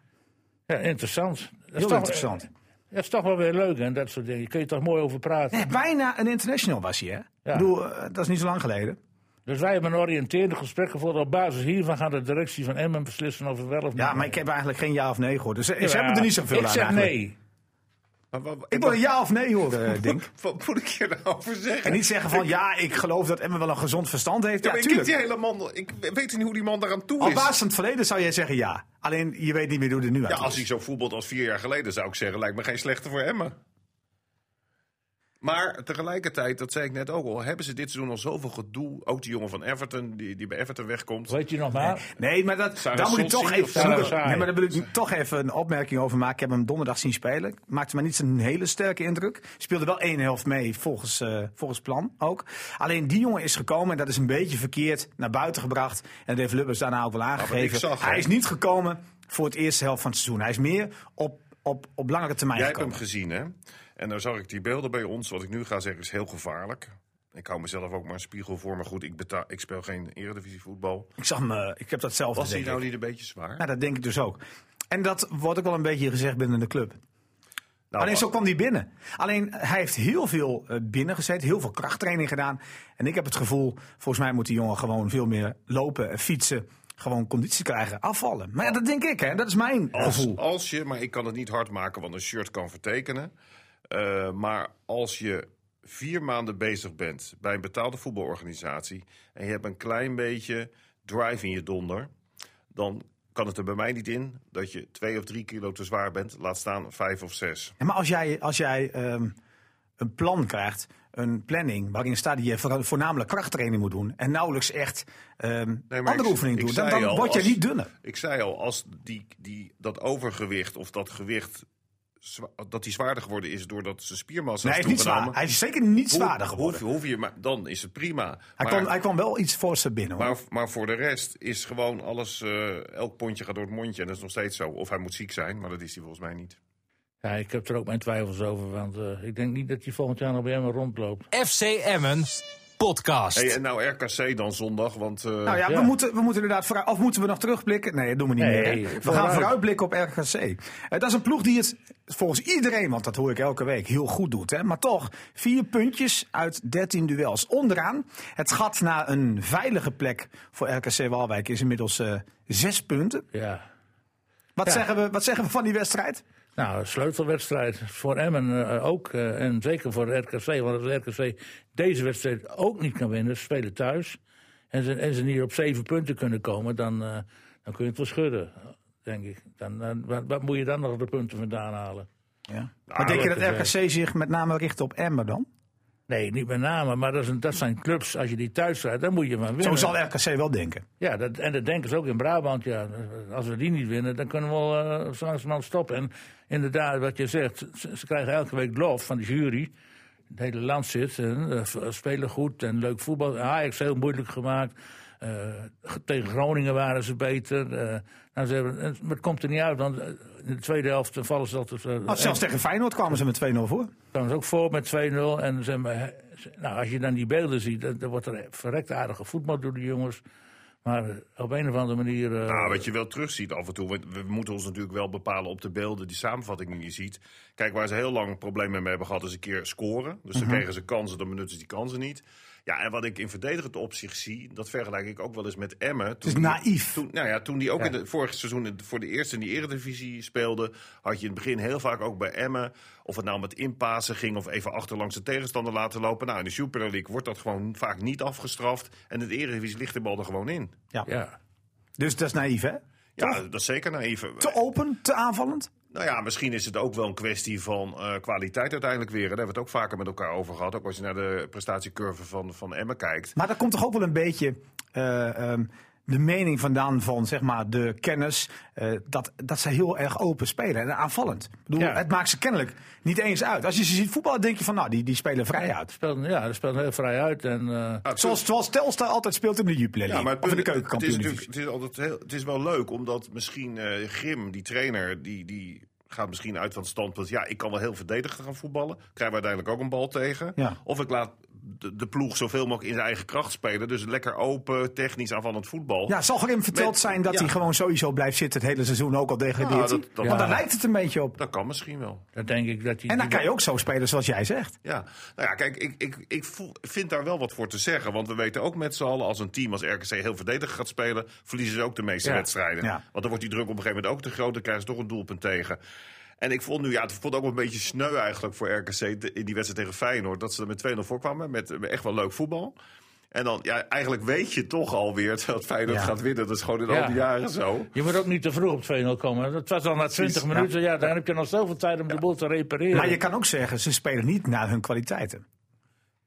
Ja, interessant. Dat is
Heel
toch-
interessant.
Dat is toch wel weer leuk en dat soort dingen. Kun je toch mooi over praten.
Nee, bijna een international was hij, hè? Ik bedoel, eh, dat is niet zo lang geleden.
Dus wij hebben een oriënterende gesprek gevoerd. Op basis hiervan gaat de directie van Emmen beslissen of het wel of niet.
Ja, maar ik heb eigenlijk geen ja of nee gehoord. Dus eh, ze
Ja,
hebben er niet zoveel
ik
aan
zeg
eigenlijk.
nee.
Maar wat,
Ik wil een ja of nee horen,
*laughs*
eh, Dink.
wat moet ik je nou over zeggen?
En niet zeggen van, ja, ik geloof dat Emma wel een gezond verstand heeft.
Ja,
Ja,
maar ik, ken die
tuurlijk.
hele man, ik weet niet hoe die man daaraan toe
Op
is.
basis van het verleden zou jij zeggen ja. Alleen, je weet niet meer hoe het nu
Ja,
uit
als hij
is.
zo voetbalt als vier jaar geleden, zou ik zeggen, lijkt me geen slechte voor Emmen. Maar tegelijkertijd, dat zei ik net ook al, hebben ze dit seizoen al zoveel gedoe. Ook die jongen van Everton, die, die bij Everton wegkomt.
Weet je nog maar?
Nee, maar dat,
Sarah
daar moet ik
Sol
toch
zien of
even,
Sarah
zoeken.
Saai.
nee, maar daar wil ik toch even een opmerking over maken. Ik heb hem donderdag zien spelen. Maakte me niet zo'n hele sterke indruk. Speelde wel één helft mee, volgens, eh, volgens plan ook. Alleen die jongen is gekomen en dat is een beetje verkeerd naar buiten gebracht. En Dave Lubbers daarna ook wel aangegeven.
zag, hè?
Hij is niet gekomen voor het eerste helft van het seizoen. Hij is meer op, op, op langere termijn
Jij hebt
gekomen.
hem gezien, hè? En dan zag ik die beelden bij ons. Wat ik nu ga zeggen is heel gevaarlijk. Ik hou mezelf ook maar een spiegel voor. Maar goed, ik, betaal, ik speel geen eredivisie voetbal.
Ik zag hem, eh, ik heb dat zelf
Was hij
denk
nou
ik.
niet een beetje zwaar?
Nou, dat denk ik dus ook. En dat wordt ook wel een beetje gezegd binnen de club.
Nou,
Alleen zo kwam hij binnen. Alleen hij heeft heel veel eh, binnen gezet, heel veel krachttraining gedaan. En ik heb het gevoel, volgens mij moet die jongen gewoon veel meer lopen, en fietsen, gewoon conditie krijgen, afvallen. Maar ja, dat denk ik, hè? dat is mijn
Als,
gevoel.
als je, maar ik kan het niet hard maken, want een shirt kan vertekenen. Eh, maar als je vier maanden bezig bent bij een betaalde voetbalorganisatie. en je hebt een klein beetje drive in je donder. dan kan het er bij mij niet in dat je twee of drie kilo te zwaar bent. laat staan vijf of zes.
Ja, maar als jij, als jij ehm, een plan krijgt, een planning, waarin staat dat je vooral- voornamelijk krachttraining moet doen en nauwelijks echt ehm,
maar ik-
andere oefeningen
ik
doet, dan,
zei
dan
al,
word je
als-
niet dunner.
Ik zei al, als die, die, dat overgewicht of dat gewicht. zwa- dat die zwaarder geworden is doordat zijn spiermassa
Nee, hij
is
is niet
toegenomen.
zwaar. Hij is zeker niet
Hoe-
zwaarder geworden.
Hoef, hoef je, maar dan is het prima.
Hij,
Maar-
kwam, hij kwam wel iets voor ze binnen. Hoor.
Maar, maar voor de rest is gewoon alles, eh, elk pondje gaat door het mondje. En dat is nog steeds zo. Of hij moet ziek zijn, maar dat is hij volgens mij niet.
Ja, ik heb er ook mijn twijfels over. Want eh, ik denk niet dat hij volgend jaar nog bij Emmen rondloopt.
FC Emmen podcast.
Hey, en nou RKC dan zondag, want... eh,
nou ja,
ja.
We, moeten, we moeten inderdaad vooruit. Of moeten we nog terugblikken? Nee, dat doen we niet
Nee,
meer. hè. We
vooruit.
gaan vooruitblikken op RKC. Eh, dat is een ploeg die het volgens iedereen, want dat hoor ik elke week, heel goed doet. Hè? Maar toch, vier puntjes uit 13 duels. Onderaan, het gat naar een veilige plek voor RKC Walwijk is inmiddels eh, zes punten.
Ja.
Wat,
Ja.
zeggen we, wat zeggen we van die wedstrijd?
Nou, een sleutelwedstrijd voor Emmen eh, ook. eh, en zeker voor RKC. Want als RKC deze wedstrijd ook niet kan winnen, ze spelen thuis. En ze, en ze niet op zeven punten kunnen komen, dan, eh, dan kun je het wel schudden, denk ik. Dan, dan, wat, wat moet je dan nog de punten vandaan halen?
maar denk je dat
dat is,
RKC zich met name richt op Emmer dan?
Nee, niet met name, maar dat, is een- dat zijn clubs. Als je die thuis rijdt, dan moet je van
Zo
winnen.
zal RKC wel denken.
Ja, dat, en dat denken ze ook in Brabant. Ja. Als we die niet winnen, dan kunnen we wel eh, zo langzamerhand stoppen. En inderdaad, wat je zegt, ze, ze krijgen elke week lof van de jury. Het hele land zit, en, eh, v- spelen goed en leuk voetbal. Ajax heel moeilijk gemaakt. Eh, ge- tegen Groningen waren ze beter. Eh, nou, ze hebben, en- maar het komt er niet uit, want eh, in de tweede helft vallen ze altijd... eh,
Want zelfs tegen Feyenoord kwamen ze met 2-0 voor.
kwamen ze ook voor met 2-0. En ze hebben- ze- nou, als je dan die beelden ziet, dan, dan wordt er verrekt aardige voetbal door de jongens. Maar eh, op een of andere manier. eh,
Nou, wat je wel terugziet af en toe. want We moeten ons natuurlijk wel bepalen op de beelden, die samenvatting die je ziet. Kijk, waar ze heel lang problemen mee hebben gehad, is een keer scoren. Dus
Mhm.
dan kregen ze kansen, dan benutten ze die kansen niet. Ja, en wat ik in verdedigend opzicht zie, dat vergelijk ik ook wel eens met Emmen. Het
is naïef.
Toen, nou ja, toen die ook in het vorige seizoen in- voor de eerste in die eredivisie speelde, had je in het begin heel vaak ook bij Emmen, of het nou met inpasen ging of even achterlangs de tegenstander laten lopen. Nou, in de Super League wordt dat gewoon vaak niet afgestraft. En in de eredivisie ligt de bal er gewoon in.
ja.
Dus dat is naïef, hè?
Ja, dat is zeker naïef.
Te open, te aanvallend?
Nou ja, misschien is het ook wel een kwestie van eh, kwaliteit uiteindelijk weer. En daar hebben we het ook vaker met elkaar over gehad. Ook als je naar de prestatiecurve van, van Emmen kijkt.
Maar daar komt toch ook wel een beetje eh, ehm, de mening vandaan van zeg maar, de kennis. eh, dat, dat ze heel erg open spelen en aanvallend. Ik bedoel,
Ja.
Het maakt ze kennelijk niet eens uit. Als je ze ziet voetballen, denk je van nou, die, die spelen vrij uit.
Speelden, ja, ze speelden heel vrij uit. En, eh,
Nou, het
Zoals,
punt-
zoals Telstar altijd speelt in de Jupiler
ja, maar het
of in de
punt- het is, natuurlijk,
keukenkampioen.
het, is altijd heel, het is wel leuk, omdat misschien eh Grim, die trainer, die, die gaat misschien uit van het standpunt... ja, ik kan wel heel verdedigend gaan voetballen. Krijgen we uiteindelijk ook een bal tegen.
Ja.
Of ik laat de, de ploeg zoveel mogelijk in zijn eigen kracht spelen. Dus lekker open, technisch aanvallend voetbal.
Ja, zal hem verteld
Met-
zijn dat
ja.
hij gewoon sowieso blijft zitten het hele seizoen, ook al degradeert
Ja,
hij?
dat- dat-
Want daar
ja.
lijkt het een beetje op.
Dat kan misschien wel.
Dat denk ik dat hij.
En dan kan je ook zo spelen zoals jij zegt.
Ja, nou ja, kijk, ik, ik, ik voel, vind daar wel wat voor te zeggen. Want we weten ook met z'n allen, als een team als RKC heel verdedigend gaat spelen, verliezen ze ook de meeste
Ja,
wedstrijden.
ja.
Want dan wordt die druk op een gegeven moment ook te groot, dan krijgen ze toch een doelpunt tegen. En ik vond nu, ja, het vond ook wel een beetje sneu eigenlijk voor RKC de- in die wedstrijd tegen Feyenoord. Dat ze er met 2-0 voorkwamen, met eh, echt wel leuk voetbal. En dan, ja, eigenlijk weet je toch alweer *laughs* dat Feyenoord
Ja.
gaat winnen. Dat is gewoon in
Ja.
al die jaren zo.
Je moet ook niet te vroeg op 2-0 komen. Dat was al na 20
Precies,
minuten. Ja, dan heb je nog zoveel tijd om de boel te repareren.
Maar je kan ook zeggen, ze spelen niet naar hun kwaliteiten.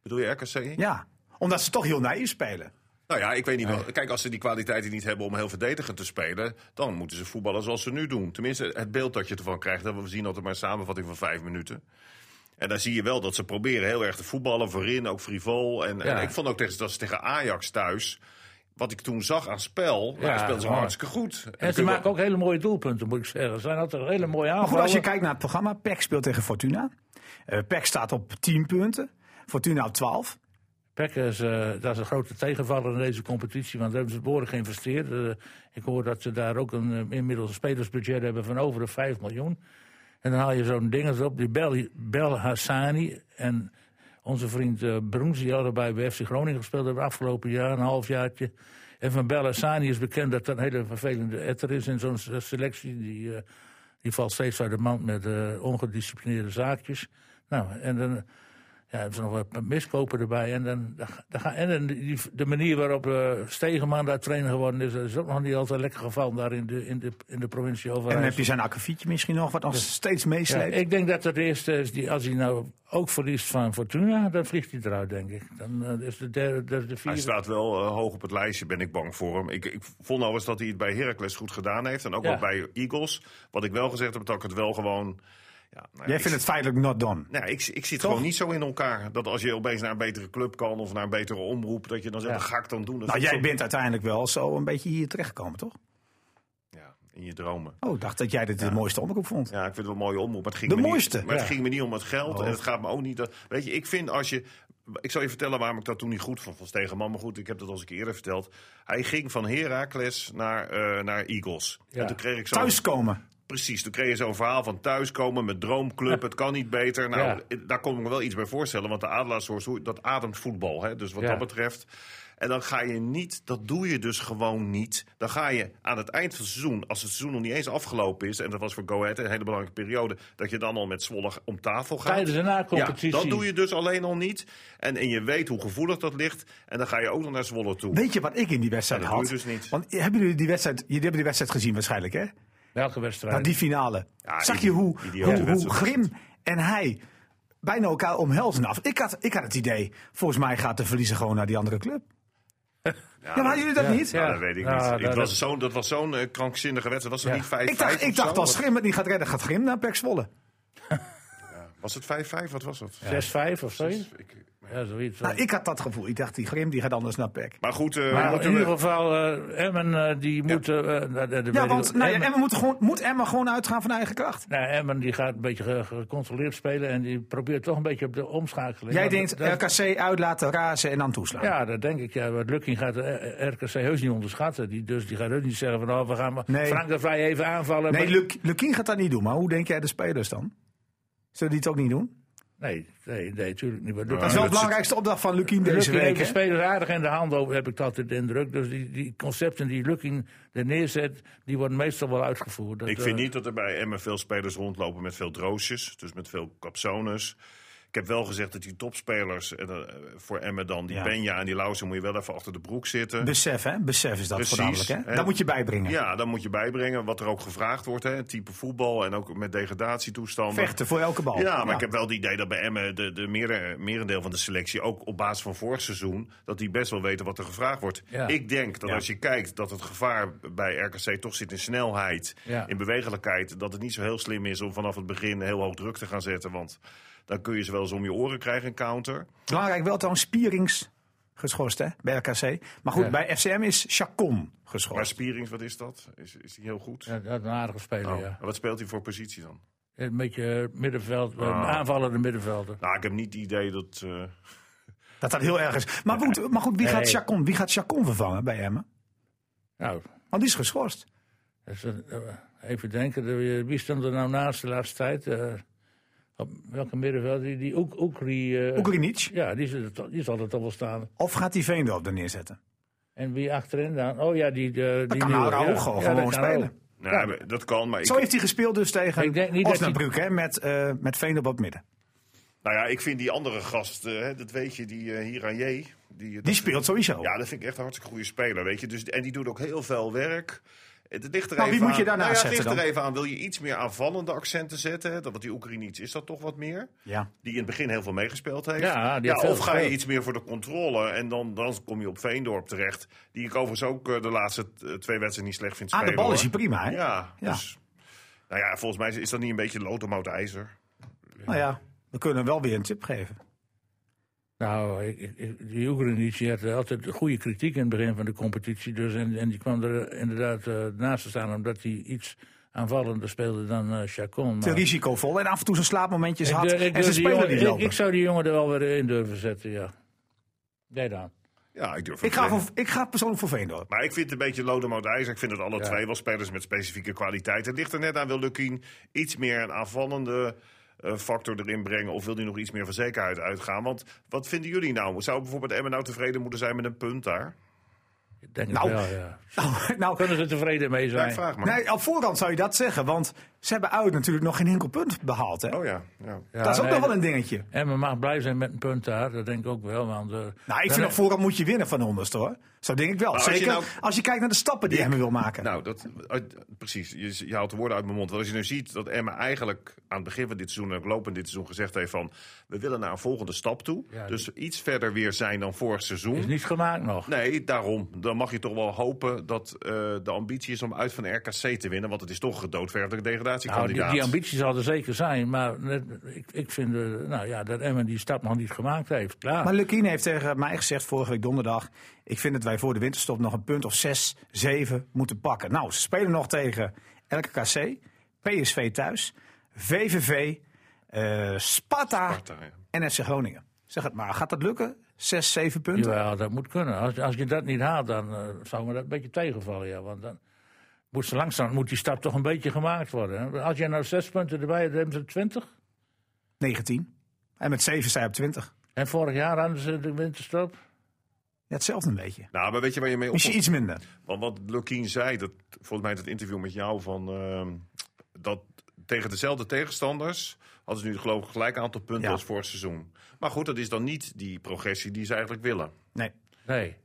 Bedoel je RKC?
Ja, omdat ze toch heel naïef spelen.
Nou ja, ik weet niet. wel. Kijk, als ze die kwaliteiten niet hebben om heel verdedigend te spelen, dan moeten ze voetballen zoals ze nu doen. Tenminste, het beeld dat je ervan krijgt, dat we zien altijd maar een samenvatting van vijf minuten. En dan zie je wel dat ze proberen heel erg te voetballen voorin, ook frivol. En,
Ja.
en ik vond ook tegen, dat ze tegen Ajax thuis, wat ik toen zag aan spel, ja,
Ja,
speelden ze
mooi.
hartstikke goed.
en ze maken ook hele mooie doelpunten, moet ik zeggen. Ze zijn altijd hele mooie aanvallen.
Maar goed, als je kijkt naar het programma, PEC speelt tegen Fortuna. Eh PEC staat op 10 punten, Fortuna op 12.
Peck is, eh, dat is een grote tegenvaller in deze competitie, want daar hebben ze behoorlijk geïnvesteerd. Eh, ik hoor dat ze daar ook een, eh, inmiddels een spelersbudget hebben van over de 5 miljoen. En dan haal je zo'n ding als op, die Bel, Bel Hassani en onze vriend eh Broens, die allebei bij FC Groningen gespeeld hebben afgelopen jaar, een halfjaartje. En van Bel Hassani is bekend dat dat een hele vervelende etter is in zo'n se- selectie. Die, eh, die valt steeds uit de mand met eh, ongedisciplineerde zaakjes. Nou, en dan... Ja, hebben ze nog wat miskopen erbij. En, dan, dan ga- dan ga- en dan die, de manier waarop eh, Stegeman daar trainer geworden is... dat is ook nog niet altijd lekker gevallen daar in de, in de, in de provincie
En
Overijssel.
dan heb je zijn akkefietje misschien nog, wat nog steeds
Ja,
meesleept.
ik denk dat het eerste is, die, als hij nou ook verliest van Fortuna... dan vliegt hij eruit, denk ik. Dan eh, is de derde, dat is de
Hij
vierde...
staat wel eh, hoog op het lijstje, ben ik bang voor hem. Ik, ik vond al eens dat hij het bij Heracles goed gedaan heeft. En ook
Ja.
wel bij Eagles. Wat ik wel gezegd heb, dat ik het wel gewoon... Ja, nou ja,
Jij
ik-
vindt het feitelijk not done.
Nou, ik, ik zit gewoon niet zo in elkaar. Dat als je opeens naar een betere club kan of naar een betere omroep, dat je dan zegt,
Ja.
dat ga ik dan doen. Dat
Nou,
vind
jij
ik
bent uiteindelijk wel zo een beetje hier terechtgekomen, toch?
zo- Ja, in je dromen.
Oh, ik dacht dat jij dit de mooiste omroep vond.
Ja, ik vind het wel een mooie omroep. Maar het ging
De
me niet-
mooiste, Oh.
maar
ja.
het ging me niet om het geld. En het gaat me ook niet. dat- weet je, ik vind als je. Ik zal je vertellen waarom ik dat toen niet goed vond van Stegenman. Maar goed, ik heb dat al eens een keer eerder verteld. Hij ging van Heracles naar, eh, naar Eagles.
Ja.
En toen kreeg ik zo'n-
Thuiskomen.
Precies, toen kreeg je zo'n verhaal van thuiskomen, mijn droomclub, het kan niet beter. Nou, daar kon ik me wel iets bij voorstellen, want de Adelaarshorst, hoe- dat ademt voetbal. Hè? Dus wat
Ja.
dat betreft. En dan ga je niet, dat doe je dus gewoon niet. Dan ga je aan het eind van het seizoen, als het seizoen nog niet eens afgelopen is... en dat was voor Go Ahead een hele belangrijke periode... dat je dan al met Zwolle om tafel gaat.
Tijdens een na-competitie.
Ja, dat doe je dus alleen al niet. En, en je weet hoe gevoelig dat ligt. En dan ga je ook nog naar Zwolle toe.
Weet je wat ik in die wedstrijd
Ja, dat
had?
doe je dus niet.
Want hebben jullie die wedstrijd, jullie hebben die wedstrijd gezien waarschijnlijk, hè?
Welke
Nou,
wedstrijd?
die finale.
Ja,
Zag
idi-
je hoe,
idiote
hoe, hoe
wedstrijd.
Grim en hij bijna elkaar omhelzen af? Ik had, ik had het idee, volgens mij gaat de verliezer gewoon naar die andere club. Ja, maar hadden jullie dat niet?
Ja,
Ja.
dat weet ik
Ja,
niet. Ik
dat-
was zo'n- dat was zo'n eh, krankzinnige wedstrijd. Was het
Ja.
niet 5
Ik dacht, ik dacht als Grim het niet gaat redden, gaat Grim naar Pek Zwolle.
Was het 5-5? Wat was dat?
6-5 of zoiets? Ja, zoiets. eh.
Nou, ik had dat gevoel. Ik dacht, die Grim die gaat anders naar Pek.
Maar goed, eh,
Maar in
moeten
ieder
we...
geval, eh, Emmen eh, die moeten... eh, dat- dat weet
Ja,
ik
want
ook.
nou ja,
Emmen-
Emma moet, gewoon, moet Emma gewoon uitgaan van eigen kracht.
Nou, Emmen die gaat een beetje ge- gecontroleerd spelen en die probeert toch een beetje op de omschakeling.
Jij
Want
denkt
dat-
RKC uit laten razen en dan toeslaan.
Ja, dat denk ik. Ja. Want Lukking gaat de eh, RKC heus niet onderschatten. Die, dus die gaat heus niet zeggen van oh, we gaan maar
Nee.
Frank de Vrij even aanvallen.
Nee,
Maar-
Luk- Lukien gaat dat niet doen. Maar hoe denk jij de spelers dan? Zullen die het ook niet doen?
nee, nee, nee, tuurlijk niet. Maar Lukking-
Dat is wel de
dat
belangrijkste opdracht van Lukien Ah, deze
Lukking
week.
heeft de
hè?
spelers aardig in de hand over, heb ik altijd de indruk. Dus die, die concepten die Lukking er neerzet, die worden meestal wel uitgevoerd. Dat,
Ik vind
eh,
niet dat er bij Emmen veel spelers rondlopen met veel droosjes. Dus met veel capsones. Ik heb wel gezegd dat die topspelers en, eh, voor Emmen dan... die
Ja.
Benja en die Lausen moet je wel even achter de broek zitten.
Besef, hè? Besef is dat
Precies,
voornamelijk, hè?
hè?
Dat moet je bijbrengen.
ja, dan moet je bijbrengen wat er ook gevraagd wordt. Hè. Het type voetbal en ook met degradatietoestanden.
Vechten voor elke bal.
Ja, maar ik heb wel het idee dat bij Emmen de, de mere- merendeel van de selectie, ook op basis van vorig seizoen, dat die best wel weten wat er gevraagd wordt.
Ja.
Ik denk dat
Ja.
als je kijkt dat het gevaar bij RKC toch zit in snelheid,
Ja.
in bewegelijkheid, dat het niet zo heel slim is om vanaf het begin heel hoog druk te gaan zetten. Want dan kun je ze wel eens om je oren krijgen, een counter.
Belangrijk wel trouwens, Spierings geschorst, hè? Bij RKC. Maar goed,
Ja.
bij FCM is Chacon
Maar
geschorst.
Spierings, wat is dat? Is, is die heel goed?
ja, dat is een aardige speler,
Oh.
ja.
En Wat speelt hij voor positie dan?
Ah.
Een beetje eh, middenveld, eh, aanvallende middenvelder.
Nou, ik heb niet het idee dat. eh,
Dat dat heel erg is. Maar goed, maar goed wie, gaat
Nee.
Chacon, wie gaat Chacon vervangen bij Emmen?
Nou,
Want die is geschorst.
dat is een- eh, even denken. eh, Wie stond er nou naast de laatste tijd? Eh, op welke middenveld? Die, die Oek- Oekri. eh,
Oekrinic.
Ja, die, zit er toch- die zal er toch wel staan.
Of gaat die Veendorp er neerzetten?
En wie achterin dan? Oh ja, die. eh, die
kan
nieuwe,
Araujo
ja.
gewoon
Ja, dat kan
spelen.
ook.
Nou, maar dat kan, maar ik,
Zo heeft hij gespeeld dus tegen
Ik denk niet dat
Osnabrück, hè, met, eh met Veendorp op het midden.
nou ja, ik vind die andere gast, eh, hè, dat weet je, die eh Hiranje. Die,
Die speelt sowieso.
Ja, dat vind ik echt een hartstikke goede speler, weet je. Dus, en die doet ook heel veel werk. Het ligt er
Nou, wie
even
moet je
aan-
daarnaast
nou ja, het
zetten
ligt er
dan?
even aan. Wil je iets meer aanvallende accenten zetten? hè? Dat, want die Oekraïniets is dat toch wat meer.
Ja. Ah,
Die in het begin heel veel meegespeeld heeft.
Ja, die heeft veel
of ga je
gespeeld.
iets meer voor de controle en dan, dan kom je op Veendorp terecht. Die ik overigens ook eh, de laatste eh, twee wedstrijden niet slecht vind
Aan
spelen.
Ah, de bal is hij
hoor.
prima, hè?
Ja,
Ja.
dus... Nou ja, volgens mij is dat niet een beetje loodmout ijzer.
Nou ja, we kunnen wel weer een tip geven.
Nou, ik, ik- ik- die Oekraïnici had altijd goede kritiek in het begin van de competitie. Dus, en, en die kwam er inderdaad eh, naast te staan omdat hij iets aanvallender speelde dan eh, Chacon. maar-
Te risicovol. En af en toe zijn slaapmomentjes
Ik
had.
durf- ik
en ze
durf die
spelen
jongen-
die
ik-
lopen.
Ik zou die jongen er wel weer in durven zetten, ja. Jij dan.
Ja, ik durf
Ik
het
ga,
te-
voor, ik ga persoonlijk voor Veendorp. *laughs*
Maar ik vind het een beetje Lodemout IJzer. Ik vind het alle
Ja.
twee wel spelers met specifieke kwaliteiten. Het ligt er net aan, wil Lukien iets meer een aanvallende eh, factor erin brengen... of wil hij nog iets meer van zekerheid uitgaan? Want wat vinden jullie nou? Zou bijvoorbeeld Emmen nou tevreden moeten zijn met een punt daar?
Ik denk
Nou.
het wel, ja.
Nou, nou,
Kunnen ze tevreden mee
Ja,
zijn?
ik vraag maar.
nee, op voorhand zou je dat zeggen. Want ze hebben uit natuurlijk nog geen enkel punt behaald. Hè?
Oh ja, ja.
Ja,
dat is ook
nee,
nog wel een dingetje.
En we mag blij zijn met een punt daar, dat denk ik ook wel. Want, eh,
Nou, ik
dan-
vind op voorhand moet je winnen van de onderste hoor. Zo denk ik wel.
Nou, als je
Zeker als je,
nou-
kijkt naar de stappen die
Ik-
Emmen wil maken.
Nou, dat, uit- precies. Je, je haalt de woorden uit mijn mond. Want als je nu ziet dat Emma eigenlijk aan het begin van dit seizoen... en ook lopend dit seizoen gezegd heeft van... we willen naar een volgende stap toe.
Ja,
dus iets verder weer zijn dan vorig seizoen.
Is niet gemaakt nog.
Nee, daarom. Dan mag je toch wel hopen dat eh, de ambitie is om uit van de RKC te winnen. Want het is toch een gedoodverfde
Nou, die,
degradatiekandidaat.
die ambitie zal er zeker zijn, maar net- ik, ik vind eh, nou, ja, dat Emmen die stap nog niet gemaakt heeft. Klaar.
Maar Lukien heeft tegen mij gezegd vorige week donderdag. Ik vind dat wij voor de winterstop nog een punt of 6, 7 moeten pakken. Nou, ze spelen nog tegen LKC, PSV thuis, VVV, eh, Sparta,
Sparta, ja.
en FC Groningen. Zeg het maar, gaat dat lukken? 6, 7 punten?
Jawel, dat moet kunnen. Als, als je dat niet haalt, dan eh, zou me dat een beetje tegenvallen. Ja. Want dan moet ze langzaam moet die stap toch een beetje gemaakt worden. hè. Als jij nou zes punten erbij hebt, dan hebben ze twintig.
19. En met 7 zij op 20.
En vorig jaar hadden ze de winterstop.
Ja, hetzelfde een beetje.
Nou, maar weet je waar je mee op...
Misschien iets minder.
Want wat Lukien zei, dat, volgens mij in het interview met jou... Van, ehm, dat tegen dezelfde tegenstanders hadden ze nu geloof ik gelijk aantal punten
Ja.
als vorig seizoen. Maar goed, dat is dan niet die progressie die ze eigenlijk willen.
Nee.
Nee.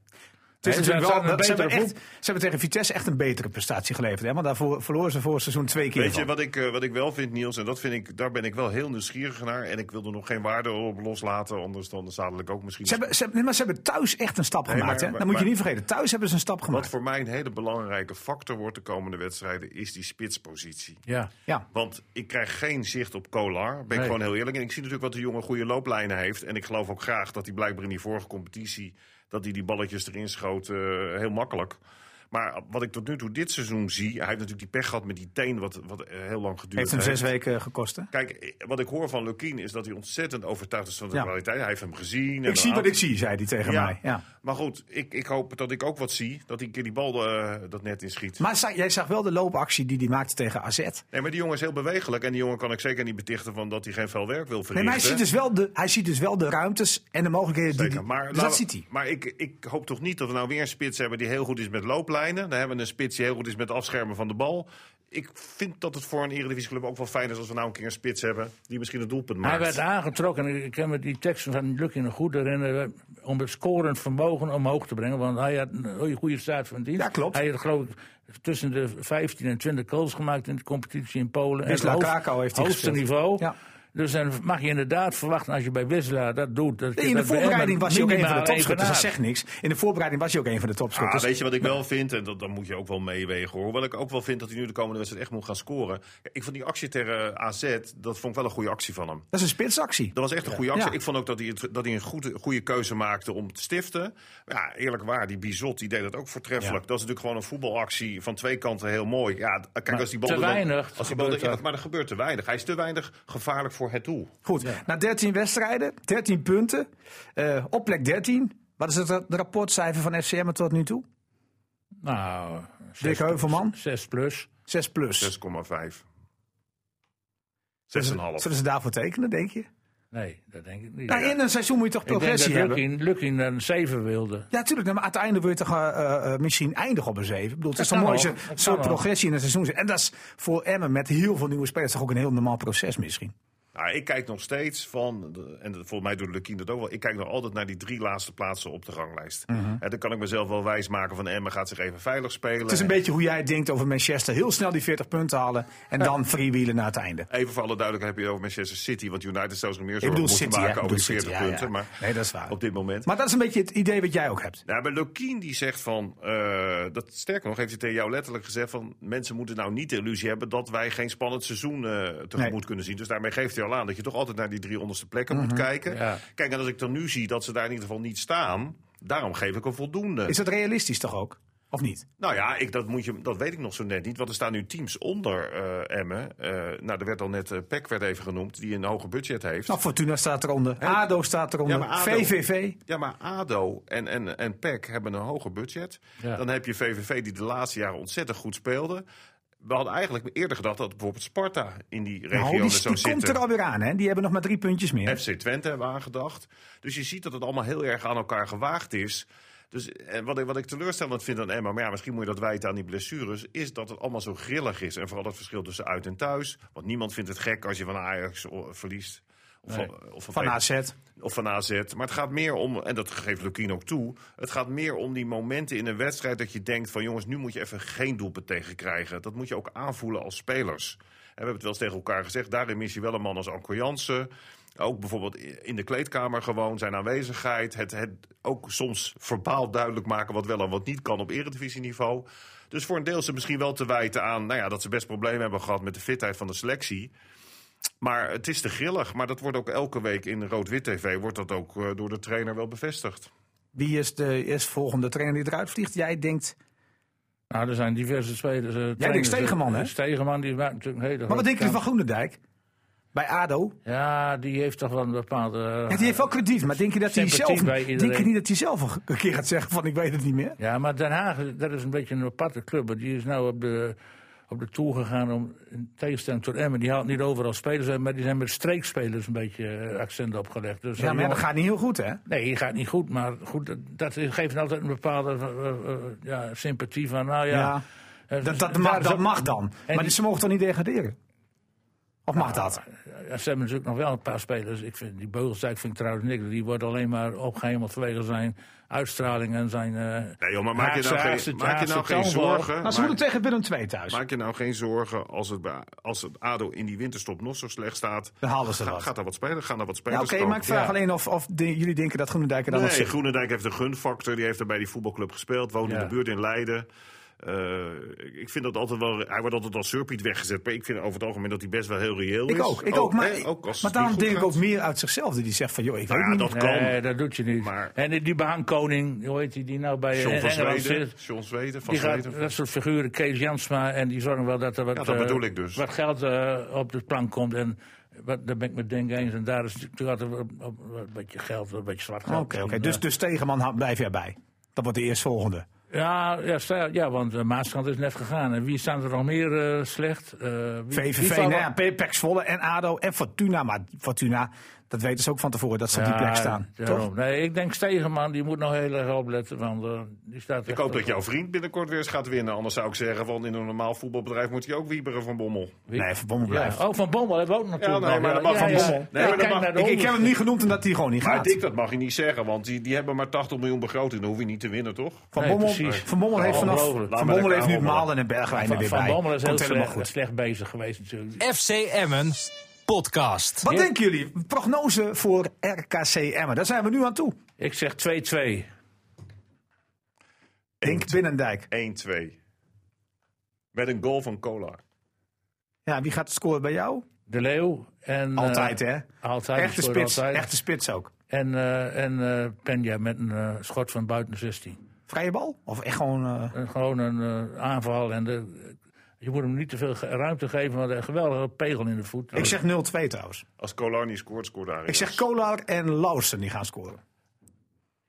Het is
Nee, ze
natuurlijk
hadden
wel,
een
ze, hebben
betere
echt, ze hebben tegen Vitesse echt een betere prestatie geleverd. Hè? Want daarvoor verloren ze voor het seizoen twee keer.
Weet je
van.
wat ik, eh, wat ik wel vind, Niels? En dat vind ik, daar ben ik wel heel nieuwsgierig naar. En ik wil er nog geen waarde op loslaten. Anders dan zadelijk ook misschien
Ze hebben, ze, hebben- nee, maar ze hebben thuis echt een stap
maar-
gemaakt. hè?
maar-
Dat moet je
maar-
niet vergeten. Thuis hebben ze een stap
Wat
gemaakt.
voor mij een hele belangrijke factor wordt de komende wedstrijden, is die spitspositie.
Ja.
Ja.
Want ik krijg geen zicht op Kolar, ben ik
Nee.
gewoon heel eerlijk. En ik zie natuurlijk wat de jongen goede looplijnen heeft. En ik geloof ook graag dat hij blijkbaar in die vorige competitie... dat hij die balletjes erin schoot, eh, heel makkelijk. Maar wat ik tot nu toe dit seizoen zie... hij heeft natuurlijk die pech gehad met die teen, wat, wat eh, heel lang geduurd
Heeft hem zes weken gekost. Hè?
Kijk, eh, wat ik hoor van Lukien is dat hij ontzettend overtuigd is van de
Ja.
kwaliteit. Hij heeft hem gezien. en
Ik zie
een
wat ik zie, zei hij tegen
Ja.
mij. Ja.
Maar goed, ik, ik hoop dat ik ook wat zie. Dat hij een keer die bal eh, dat net inschiet.
Maar za- jij zag wel de loopactie die hij maakte tegen AZ. Nee,
Nee, maar die jongen is heel bewegelijk. En die jongen kan ik zeker niet betichten van dat hij geen veel werk wil verrichten.
maar hij ziet, dus wel de, hij ziet dus wel de ruimtes en de mogelijkheden. Die,
Zeker,
die-
maar
dus
laten
dat
we-
ziet hij.
Maar ik, ik hoop toch niet dat we nou weer een spits hebben die heel goed is met looplijnen. Dan hebben we een spits die heel goed is met afschermen van de bal. Ik vind dat het voor een eredivisieclub ook wel fijn is als we nou een keer een spits hebben die misschien het doelpunt maakt.
Hij werd aangetrokken, ik ik kan me die teksten van Lucky nog goed herinneren, om het scorend vermogen omhoog te brengen. Want hij had een hele goede staat van dienst.
Ja, klopt.
Hij had geloof ik tussen de 15 en 20 goals gemaakt in de competitie in Polen. En
Wisla
het
Krakau heeft hij
hoogste
gespeeld.
niveau.
Ja.
Dus dan mag je inderdaad verwachten als je bij Wisla dat doet. Dat je
In de
dat bij
voorbereiding
Emmen
was hij ook een van de
minimaal
topschutters. Dat
evenaart.
zegt niks. In de voorbereiding was hij ook een van de
Ah,
topschutters.
weet je wat ik wel vind, en dat, dat moet je ook wel meewegen hoor. Hoewel ik ook wel vind dat hij nu de komende wedstrijd echt moet gaan scoren. Ik vond die actie tegen AZ, dat vond ik wel een goede actie van hem.
dat is een spitsactie.
Dat was echt een goede actie.
Ja.
Ik vond ook dat hij, het- dat hij een goede, goede keuze maakte om te stiften. Maar Ja, eerlijk waar, die Bizot die deed dat ook voortreffelijk.
Ja.
Dat is natuurlijk gewoon een voetbalactie van twee kanten heel mooi. Ja, d- kijk, als die bal
te
er dan-
weinig
Als die bal er-
gebeurt
ja,
dat.
maar er gebeurt te weinig. Hij is te weinig gevaarlijk voor het doel.
Goed, na 13 wedstrijden, 13 punten, eh, op plek 13. Wat is het ra- de rapportcijfer van FCM tot nu toe?
Nou,
Dick
zes,
Heuvelman,
zes plus.
6 plus.
6,5. 6,5.
Zullen ze daarvoor tekenen, denk
Nou
je?
Nee, dat denk ik niet.
Nou, in een seizoen moet je toch
ik denk dat
progressie hebben?
Lucky, Lucky een 7 wilde.
Ja, natuurlijk. maar uiteindelijk wil je toch eh, eh, eh, misschien eindigen op een 7. Ik bedoel, het is
Dat
toch mooi
kan
zo-
wel. Dat
zo'n
kan wel.
progressie in een seizoen. En dat is voor Emmen met heel veel nieuwe spelers toch ook een heel normaal proces misschien.
Nou, ik kijk nog steeds van, de- en dat- volgens mij doet Lukien dat ook wel, ik kijk nog altijd naar die drie laatste plaatsen op de ranglijst. Hè, dan kan ik mezelf wel wijsmaken van Emmen gaat zich even veilig spelen.
Mhm. Het is een beetje hoe jij denkt over Manchester. Heel snel die 40 punten halen en dan freewheelen naar het einde.
Even voor alle duidelijkheid heb je het over Manchester City, want United zelfs nog meer
Ik
zorgen
bedoel
moeten
City, hè. Ik
maken
bedoel
over die
City,
40
ja, ja.
punten. Maar
Nee, dat is waar.
op dit moment.
Maar dat is een beetje het idee wat jij ook hebt.
Nou, bij Lokien die zegt van, eh, dat sterker nog, heeft hij tegen jou letterlijk gezegd van, mensen moeten nou niet de illusie hebben dat wij geen spannend seizoen eh, tegemoet
Nee. Mhm,
kunnen zien. Dus daarmee geeft hij al aan dat je toch altijd naar die drie onderste plekken moet kijken.
ja.
Kijk, en als ik dan nu zie dat ze daar in ieder geval niet staan, daarom geef ik een voldoende.
Is dat realistisch toch ook? Of niet?
Nou ja, ik, dat, moet je, dat weet ik nog zo net niet. Want er staan nu teams onder eh, Emmen. Eh, nou, er werd al net eh, PEC werd even genoemd, die een hoger budget heeft.
Nou, Fortuna staat eronder. ADO staat eronder.
Ja, maar ADO.
VVV.
Ja, maar ADO en, en, en PEC hebben een hoger budget.
Ja.
Dan heb je VVV die de laatste jaren ontzettend goed speelde. We hadden eigenlijk eerder gedacht dat bijvoorbeeld Sparta in die
Nou,
regio
die,
er zou
die komt
zitten.
er alweer aan, hè? Die hebben nog maar drie puntjes meer.
FC Twente hebben we aangedacht. Dus je ziet dat het allemaal heel erg aan elkaar gewaagd is. Dus eh, wat ik, wat ik teleurstellend vind aan Emma, maar ja, misschien moet je dat wijten aan die blessures, is dat het allemaal zo grillig is. En vooral het verschil tussen uit en thuis. Want niemand vindt het gek als je van Ajax o- verliest. Of,
Nee.
van, E of
Van
PSV
AZ.
of van AZ. Maar het gaat meer om, en dat geeft Lukien ook toe... het gaat meer om die momenten in een wedstrijd dat je denkt van... jongens, nu moet je even geen doelpunt tegenkrijgen. Dat moet je ook aanvoelen als spelers. En we hebben het wel eens tegen elkaar gezegd. Daarin mis je wel een man als Anko Jansen. Ook bijvoorbeeld in de kleedkamer gewoon zijn aanwezigheid. Het, het ook soms verbaal duidelijk maken wat wel en wat niet kan op eredivisieniveau. Dus voor een deel is het misschien wel te wijten aan... Nou ja, dat ze best problemen hebben gehad met de fitheid van de selectie... Maar het is te grillig. Maar dat wordt ook elke week in Rood-Wit TV wordt dat ook eh, door de trainer wel bevestigd.
Wie is de is volgende trainer die eruit vliegt? Jij denkt.
Nou, er zijn diverse spelers. eh, trainers,
denkt
eh,
Stegeman, hè?
Stegeman, die maakt natuurlijk een hele
Maar wat
grote
denken jullie van
kans.
Groenendijk? Bij ADO?
Ja, die heeft toch wel een bepaalde... eh,
Ja, die heeft wel krediet, maar denk je, dat hij
Sympathie
zelf,
bij iedereen.
denk je niet dat hij zelf een keer gaat zeggen van ik weet het niet meer?
Ja, maar Den Haag, dat is een beetje een aparte club. want Die is nou op de, op de tour gegaan om in tegenstelling tot Emmen. Die haalt niet overal spelers uit, maar die zijn met streekspelers een beetje eh, accent opgelegd. Dus
Ja,
eh,
maar dat
jongen-
gaat niet heel goed, hè?
Nee, die gaat niet goed, maar goed, dat, dat geeft altijd een bepaalde eh, eh, ja, sympathie van, nou ja...
Ja.
eh,
Dat, dat,
daar
mag,
is
dat
ook-
mag dan. Maar
die-
ze mogen toch niet degraderen? Of mag dat?
Ja, ze hebben natuurlijk nog wel een paar spelers. Ik vind, die Beugelsdijk vind ik trouwens niks. Die wordt alleen maar opgehemeld vanwege zijn uitstraling en zijn... eh,
Nee, joh, maar maak je
Haagse-
nou
Haagse-
geen, maak je nou
Haagse
geen
tongval.
zorgen.
Maar ze
maak-
moeten tegen Willem 2 thuis.
Maak je nou geen zorgen als het, bij- als het ADO in die winterstop nog zo slecht staat.
Dan halen ze
Ga-
wat.
Gaat er wat spelen? Gaan er wat
Ja,
spelers
Oké, maar ik
komen?
vraag
ja.
alleen of, of de- jullie denken dat Groenendijk er dan nog
Nee,
zit.
Groenendijk heeft een gunfactor. Die heeft er bij die voetbalclub gespeeld. Woont in
Ja.
de buurt in Leiden. Eh, ik- ik vind dat altijd wel. Hij wordt altijd als surpiet weggezet. Maar ik vind over het algemeen dat hij best wel heel reëel is.
Ik ook, ik ook. Maar,
hè, ook
maar
als het niet
daarom
goed
denk ik
gaat.
ook meer uit zichzelf. Dat die zegt van, joh, ik weet
Nou ja,
niet
dat kan.
Nee, dat doet je niet.
Maar-
En die- die behangkoning, hoe heet die, die nou bij
John
eh,
van
Engeland
Zweden.
zit.
John Zweden, van
Die
Zweden.
gaat, dat soort figuren, Kees Jansma, en die zorgen wel dat er wat,
Ja, dat
eh,
bedoel ik dus.
wat geld eh, op de plank komt. En wat, daar ben ik met Denk eens. En daar is natuurlijk altijd op, op- wat een beetje geld, een beetje zwart
Oké,
geld.
oké.
misschien,
dus,
eh.
dus Tegenman ha- blijf jij bij. Dat wordt de eerstvolgende.
Ja, ja, stel- ja want eh, Maaskant is net gegaan. En wie staan er nog meer eh, slecht? Eh, wie- wie
VVV,
E
vallen-
nou ja, P- PEC Zwolle en ADO en Fortuna. Maar Fortuna, dat weten ze ook van tevoren dat ze op die
Ja,
plek staan.
daarom.
Toch?
Nee, ik denk Stegenman, die moet nog heel erg opletten. Want, eh, die staat
Ik hoop dat jouw vriend binnenkort weer eens gaat winnen. Anders zou ik zeggen, van in een normaal voetbalbedrijf moet hij ook wieberen van Bommel.
Nee, Van Bommel blijft.
Ja. Oh, Van Bommel hebben we ook natuurlijk.
nee,
nog,
maar dat mag Van Bommel. Nee,
Ja,
maar dat
kijk
mag-
naar de
Ik, ik heb
onderste.
hem niet genoemd omdat hij gewoon niet
Maar
gaat.
Dick, dat mag je niet zeggen, want die, die hebben maar 80 miljoen begroting. Dan hoef je niet te winnen, toch?
Van,
Nee,
Bommel,
precies.
van Bommel heeft vanaf
Ongelooflijk. Laat
Van
maar
Bommel heeft
lekker
nu Malen
aanhobbelen.
en Bergwijn er
Van,
weer
van
bij.
Bommel is heel
Komt helemaal
slecht,
goed.
slecht bezig geweest natuurlijk.
FC Emmen's podcast.
Wat denken jullie? Prognose voor RKC Emmen. Daar zijn we nu aan toe.
Ik zeg 2-2.
Henk Binnendijk.
1-2. Met een goal van Cola.
Ja, wie gaat scoren bij jou?
De Leeuw. En,
Altijd,
eh,
hè?
Altijd.
Echte
die scoort
spits.
altijd.
Echte spits ook.
En, eh, en eh, Penja met een eh, schot van buiten de 16.
Vrije bal? Of echt gewoon... eh,
En gewoon een eh, aanval. En de, Je moet hem niet te veel ge- ruimte geven, want een geweldige pegel in de voet.
Ik zeg 0-2 trouwens.
Als Colani scoort, scoort Arias.
Ik zeg Kolar en Lausen die gaan scoren.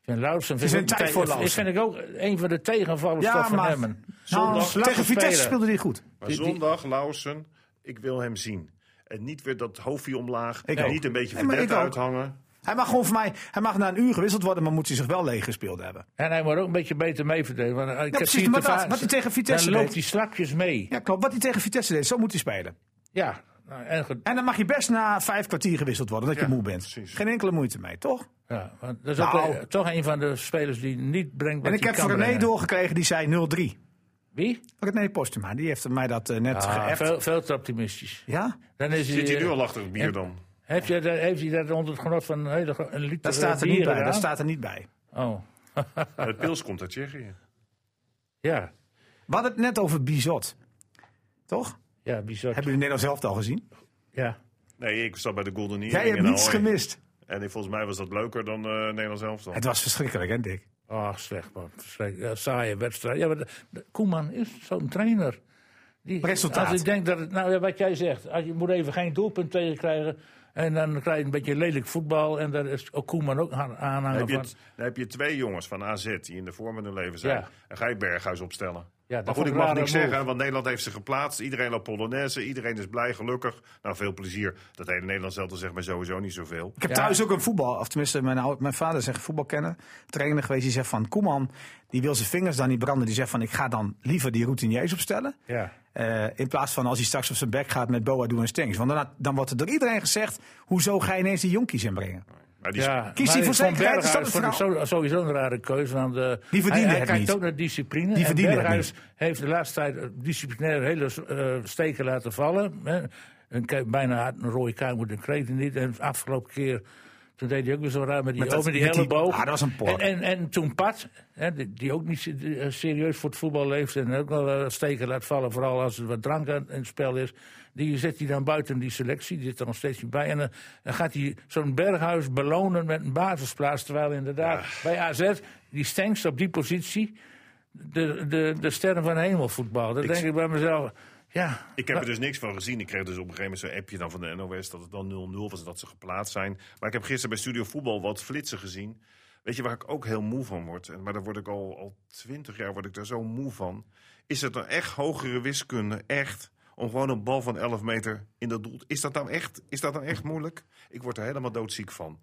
Ik vind Lauwersen-
is een
vind ik
tijd
ook-
voor
Ik vind ik ook een van de tegenvallers
Ja,
toch van
maar-
Emmen.
Nou,
Zondag
tegen
laten
Vitesse
spelen.
speelde hij goed.
maar
die- die-
zondag, Lausen, ik wil hem zien. En niet weer dat hoofdje omlaag.
Ik
en
ook.
niet een beetje
Nee, maar
verdet
ik ook.
uithangen.
Hij mag gewoon voor mij, hij mag na een uur gewisseld worden, maar moet hij zich wel leeg gespeeld hebben.
En hij moet ook een beetje beter meeverdelen. want, eh, ik heb
precies,
zien te
maar dat-
vaak-
wat hij tegen Vitesse
Dan loopt
deed.
hij slapjes mee.
Ja, klopt. Wat hij tegen Vitesse deed, zo moet hij spelen.
Ja. nou, En, ge-
En dan mag je best na vijf kwartier gewisseld worden, dat je moe bent.
precies.
Geen enkele moeite mee, toch?
ja, want dat is ook
Nou.
eh, toch een van de spelers die niet brengt wat
en ik
hij
heb
kan
voor René
brengen.
doorgekregen, die zei 0-3.
Wie?
René Postuma, die heeft mij dat eh, net
Ah,
geëft.
veel, veel te optimistisch.
Ja?
Dan is
Zit
hij,
hij nu
eh,
al achter het bier
en-
dan?
Heeft hij, dat- heeft hij dat onder het genot van een hele gro- een liter
Dat staat er
eh,
niet
bier
bij. Dat
gedaan?
staat er niet bij.
Oh,
Het pils komt uit Tsjechië.
ja.
We hadden het net over Bizot. Toch?
Ja, bizar.
Hebben jullie Nederland zelf al gezien?
Ja.
Nee, ik zat bij de Golden Earring
Jij hebt
in
niets
Ahoy.
gemist.
En ik- volgens mij was dat leuker dan eh Nederland zelf dan.
Het was verschrikkelijk, hè, Dick?
Ach, slecht man. Verschrikkelijk. Ja, saaie wedstrijd. Ja, maar de- de- Koeman is zo'n trainer. Die,
Resultaat.
Als ik denk dat het, nou ja, wat jij zegt, als je moet even geen doelpunt tegenkrijgen. En dan krijg je een beetje lelijk voetbal. En daar is ook Koeman ook aan,
Dan
aanhanger
heb, je,
van.
t- dan heb je twee jongens van AZ die in de vorm van hun leven zijn.
Ja.
En ga je Berghuis opstellen.
dat
maar
vond
goed, ik
ik
mag
rare
niks
move.
zeggen, want Nederland heeft ze geplaatst. Iedereen loopt Polonaise, iedereen is blij, gelukkig. Nou, veel plezier. Dat hele Nederland zelf zegt mij sowieso niet zoveel.
Ik heb
Ja.
thuis ook een voetbal, of tenminste, mijn, oud- mijn vader zegt voetbalkenner, trainer geweest, die zegt van Koeman, die wil zijn vingers dan niet branden. Die zegt van ik ga dan liever die routiniers opstellen.
Ja.
Eh, in plaats van als hij straks op zijn bek gaat met Boa Doe en Stings. Want dan, dan wordt er door iedereen gezegd, hoezo ga je ineens die jonkies inbrengen?
Maar die
Ja,
Kiest
maar
hij voor
Van
zekerheid? Is dat
Berghuis
een
vond ik zo- sowieso een rare keuze. Want, eh,
Die verdiende
hij, hij
het
kijkt
niet.
ook naar discipline.
Die
en
verdiende het
Berghuis heeft de laatste tijd eh, disciplinair hele eh, steken laten vallen. Hè. Een, ke- bijna had een rode kaart moeten kreeg hij niet. En de afgelopen keer, toen deed hij ook weer zo raar met die,
Met dat-
oh, met die
met die-
elleboog.
Ah, dat was een por.
en, en, en toen Pat, hè, die, die ook niet se- die, eh, serieus voor het voetbal leeft... en ook wel eh, steken laat vallen, vooral als er wat drank aan- in het spel is... die zet hij dan buiten die selectie, die zit er nog steeds niet bij... en dan, dan gaat hij zo'n Berghuis belonen met een basisplaats... terwijl inderdaad bij AZ, die Stenks op die positie... de, de, de sterren van de hemel voetbal. Dat denk ik bij mezelf, ja...
Ik heb er dus niks van gezien. Ik kreeg dus op een gegeven moment zo'n appje dan van de NOS dat het dan 0-0 was en dat ze geplaatst zijn. Maar ik heb gisteren bij Studio Voetbal wat flitsen gezien. Weet je waar ik ook heel moe van word? En- Maar daar word ik al, al 20 jaar word ik daar zo moe van. Is het dan echt hogere wiskunde, echt, om gewoon een bal van 11 meter in dat doel... Is dat nou echt, is dat nou echt moeilijk? Ik word er helemaal doodziek van.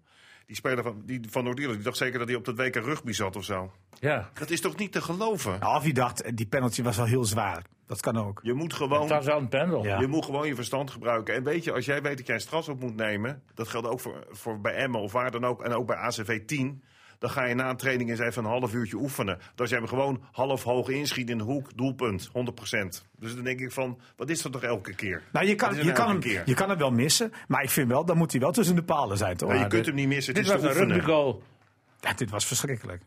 Die speler van, die, van Noordierland, die dacht zeker dat hij op dat WK rugby zat of zo.
ja.
Dat is toch niet te geloven?
Nou, of je dacht, eh, die penalty was wel heel zwaar. Dat kan ook.
Je moet
Het
gewoon
was al een pendel.
Ja.
Je moet gewoon je verstand gebruiken. En weet je, als jij weet dat jij een straf op moet nemen... dat geldt ook voor, voor bij Emmen of waar dan ook, en ook bij ACV 10... dan ga je na een training eens even een half uurtje oefenen. Dat als jij hem gewoon half hoog inschiet in de hoek, doelpunt, 100%. Dus dan denk ik van, wat is dat toch elke keer?
Nou, je kan,
Wat is
je
dat
kan,
elke
hem,
keer?
je kan hem wel missen, maar ik vind wel, dan moet hij wel tussen de palen zijn, toch?
Nou, je
Ja,
kunt
dit-
hem niet missen, het
Dit
is
was
te
een
oefenen.
rugbygoal.
Ja, dit was
*laughs*
verschrikkelijk.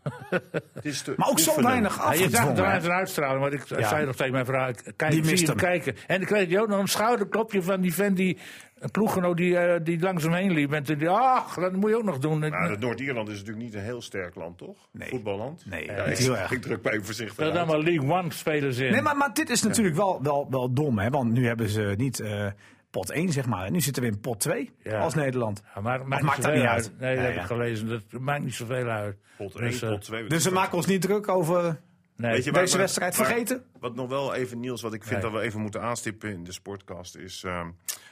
Het is te
Maar ook zo
oefenen.
weinig
Ja, je zag het
afgedwongen.
eruit zijn uitstraling, want ik
Ja.
zei nog tegen mijn vrouw, ik- kijk,
Die
zie
mist
je hem
hem.
kijken. En dan kreeg hij ook nog een schouderklopje van die vent, die een ploeggenoot die, eh, die langs hem heen liep. En toen dacht ik, ach, dat moet je ook nog doen. Ik-
Maar Nou, dat Noord-Ierland is natuurlijk niet een heel sterk land, toch?
Nee.
Voetballand?
Nee,
Ja,
niet
ik,
heel erg.
ik druk mij even voorzichtig
dat
uit.
allemaal League One spelers in.
Nee, maar, maar dit is natuurlijk wel, wel, wel dom, hè? Want nu hebben ze niet eh, pot 1, zeg maar. Nu zitten we in pot 2
Ja.
als Nederland.
Ja, maar
Of
maakt, niet zoveel uit. Nee, dat
Ja,
heb
ja.
ik gelezen. Dat maakt niet zoveel uit.
Pot 1,
eh,
pot 2.
Dus we maken ons niet druk over.
nee.
Weet
Deze
je waar-
wedstrijd
waar-
vergeten?
Wat nog wel even, Niels, wat ik vind
Nee.
dat we even moeten aanstippen in de sportcast... is ehm,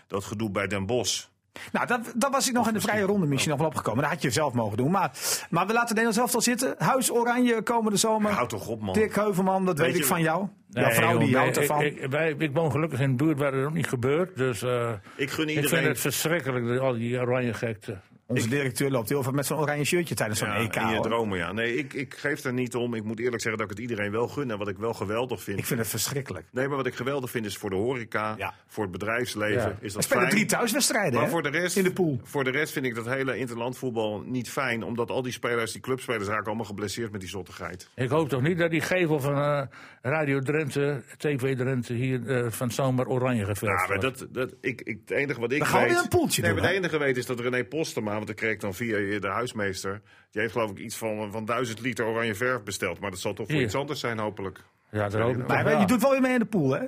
dat gedoe bij Den Bosch.
Nou, dat, dat was ik nog in de vrije ronde misschien nog wel opgekomen. Dat had je zelf mogen doen. Maar, maar we laten Nederland zelf al zitten. Huis Oranje komende zomer.
Houd toch op, man.
Dick Heuvelman, dat weet,
Weet
ik
je-
van jou.
Nee,
Jouw vrouw
joh,
die
nee,
houdt
ik-
ervan.
Ik, wij, ik woon gelukkig in een buurt waar het ook niet gebeurt. Dus eh,
Ik gun
ik vind
iedereen...
het verschrikkelijk, al die oranje gekte.
Onze directeur loopt heel veel met zo'n oranje shirtje tijdens zo'n
ja,
EK.
in je
E hoor.
dromen, ja. Nee, ik, ik geef daar niet om. Ik moet eerlijk zeggen dat ik het iedereen wel gun. En wat ik wel geweldig vind...
Ik vind het verschrikkelijk.
Nee, maar wat ik geweldig vind is voor de horeca,
Ja.
voor het bedrijfsleven...
Ja.
is
We
dat
spelen
fijn.
drie thuiswedstrijden
Maar
hè?
voor de, rest,
in de pool.
voor de rest vind ik dat hele interlandvoetbal niet fijn. Omdat al die spelers, die clubspelers, raken allemaal geblesseerd met die zottigheid.
Ik hoop toch niet dat die gevel van eh, Radio Drenthe, TV Drenthe, hier eh, van zomer oranje
Nou,
geverfd
Ja, maar
wordt.
dat, dat, ik, ik, het enige wat ik
Dan gaan we
weet...
weer een poeltje
nee,
doen,
maar
hè?
Het enige weet is dat René Postema, want dat kreeg ik dan via de huismeester... die heeft geloof ik iets van, van duizend liter oranje verf besteld. Maar dat zal toch voor
Hier.
iets anders zijn, hopelijk.
Ja, dat hoop ik
Maar
toch
Maar
wel.
je doet wel weer mee in de pool, hè?
Ja,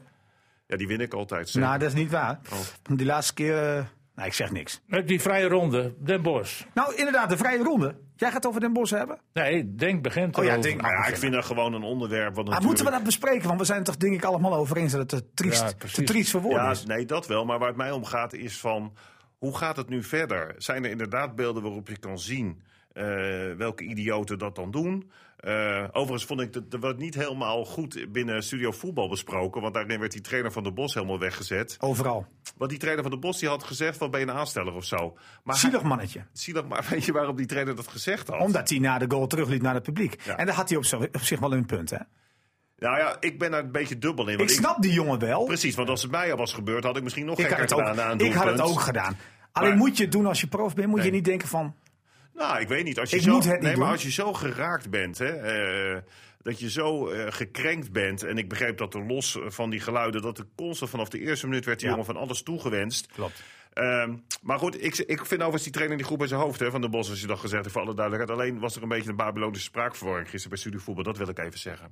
Oh. die win ik altijd. zeg.
Nou, dat is niet waar. Die laatste keer. eh, nou, ik zeg niks.
Met die vrije ronde, Den Bos.
Nou, inderdaad, de vrije ronde. Jij gaat het over Den Bos hebben? Ah,
Nee, Denk begint
Oh ja,
erover.
Denk-
Maar ja, ik vind dat gewoon een onderwerp. Wat
Maar
natuurlijk...
Ah, moeten we dat bespreken? Want we zijn het toch denk ik allemaal over eens dat het te triest,
Ja, precies.
te triest verwoord
Ja,
is.
nee, dat wel. Maar waar het mij om gaat is van... hoe gaat het nu verder? Zijn er inderdaad beelden waarop je kan zien... eh, welke idioten dat dan doen? Eh, overigens vond ik dat dat werd niet helemaal goed binnen Studio Voetbal besproken. Want daarin werd die trainer van de Bos helemaal weggezet.
Overal.
Want die trainer van de Bos die had gezegd... wat ben je een aansteller of zo? Maar hij-
Zielig mannetje.
zielig, maar *laughs* weet je waarom die trainer dat gezegd had?
Omdat hij na de goal terugliep naar het publiek.
Ja.
En daar had hij op, zo- op zich wel een punt. Hè?
Nou ja, ik ben daar een beetje dubbel in.
Ik
want
snap die jongen wel.
Precies, want als het mij al was gebeurd... had ik misschien nog
Ik had,
gekker
het
gedaan na een
ook, ik had het
doelpunt.
ook gedaan. Alleen
Maar-
moet je het doen als je prof bent. Moet je
Nee.
niet denken van...
Nou, ik weet niet. Als je
Ik
zo,
moet het niet
nee, maar
doen.
als je zo geraakt bent, hè, eh, dat je zo eh, gekrenkt bent. En ik begreep dat er los van die geluiden, dat er constant vanaf de eerste minuut werd die
Ja.
jongen van alles toegewenst.
Klopt.
Ehm, maar goed, ik, ik vind overigens die trainer die groep in zijn hoofd hè, van de Bos, als je dat gezegd hebt, voor alle duidelijkheid. Alleen was er een beetje een Babylonische spraakverwarring gisteren bij Studievoetbal, dat wil ik even zeggen.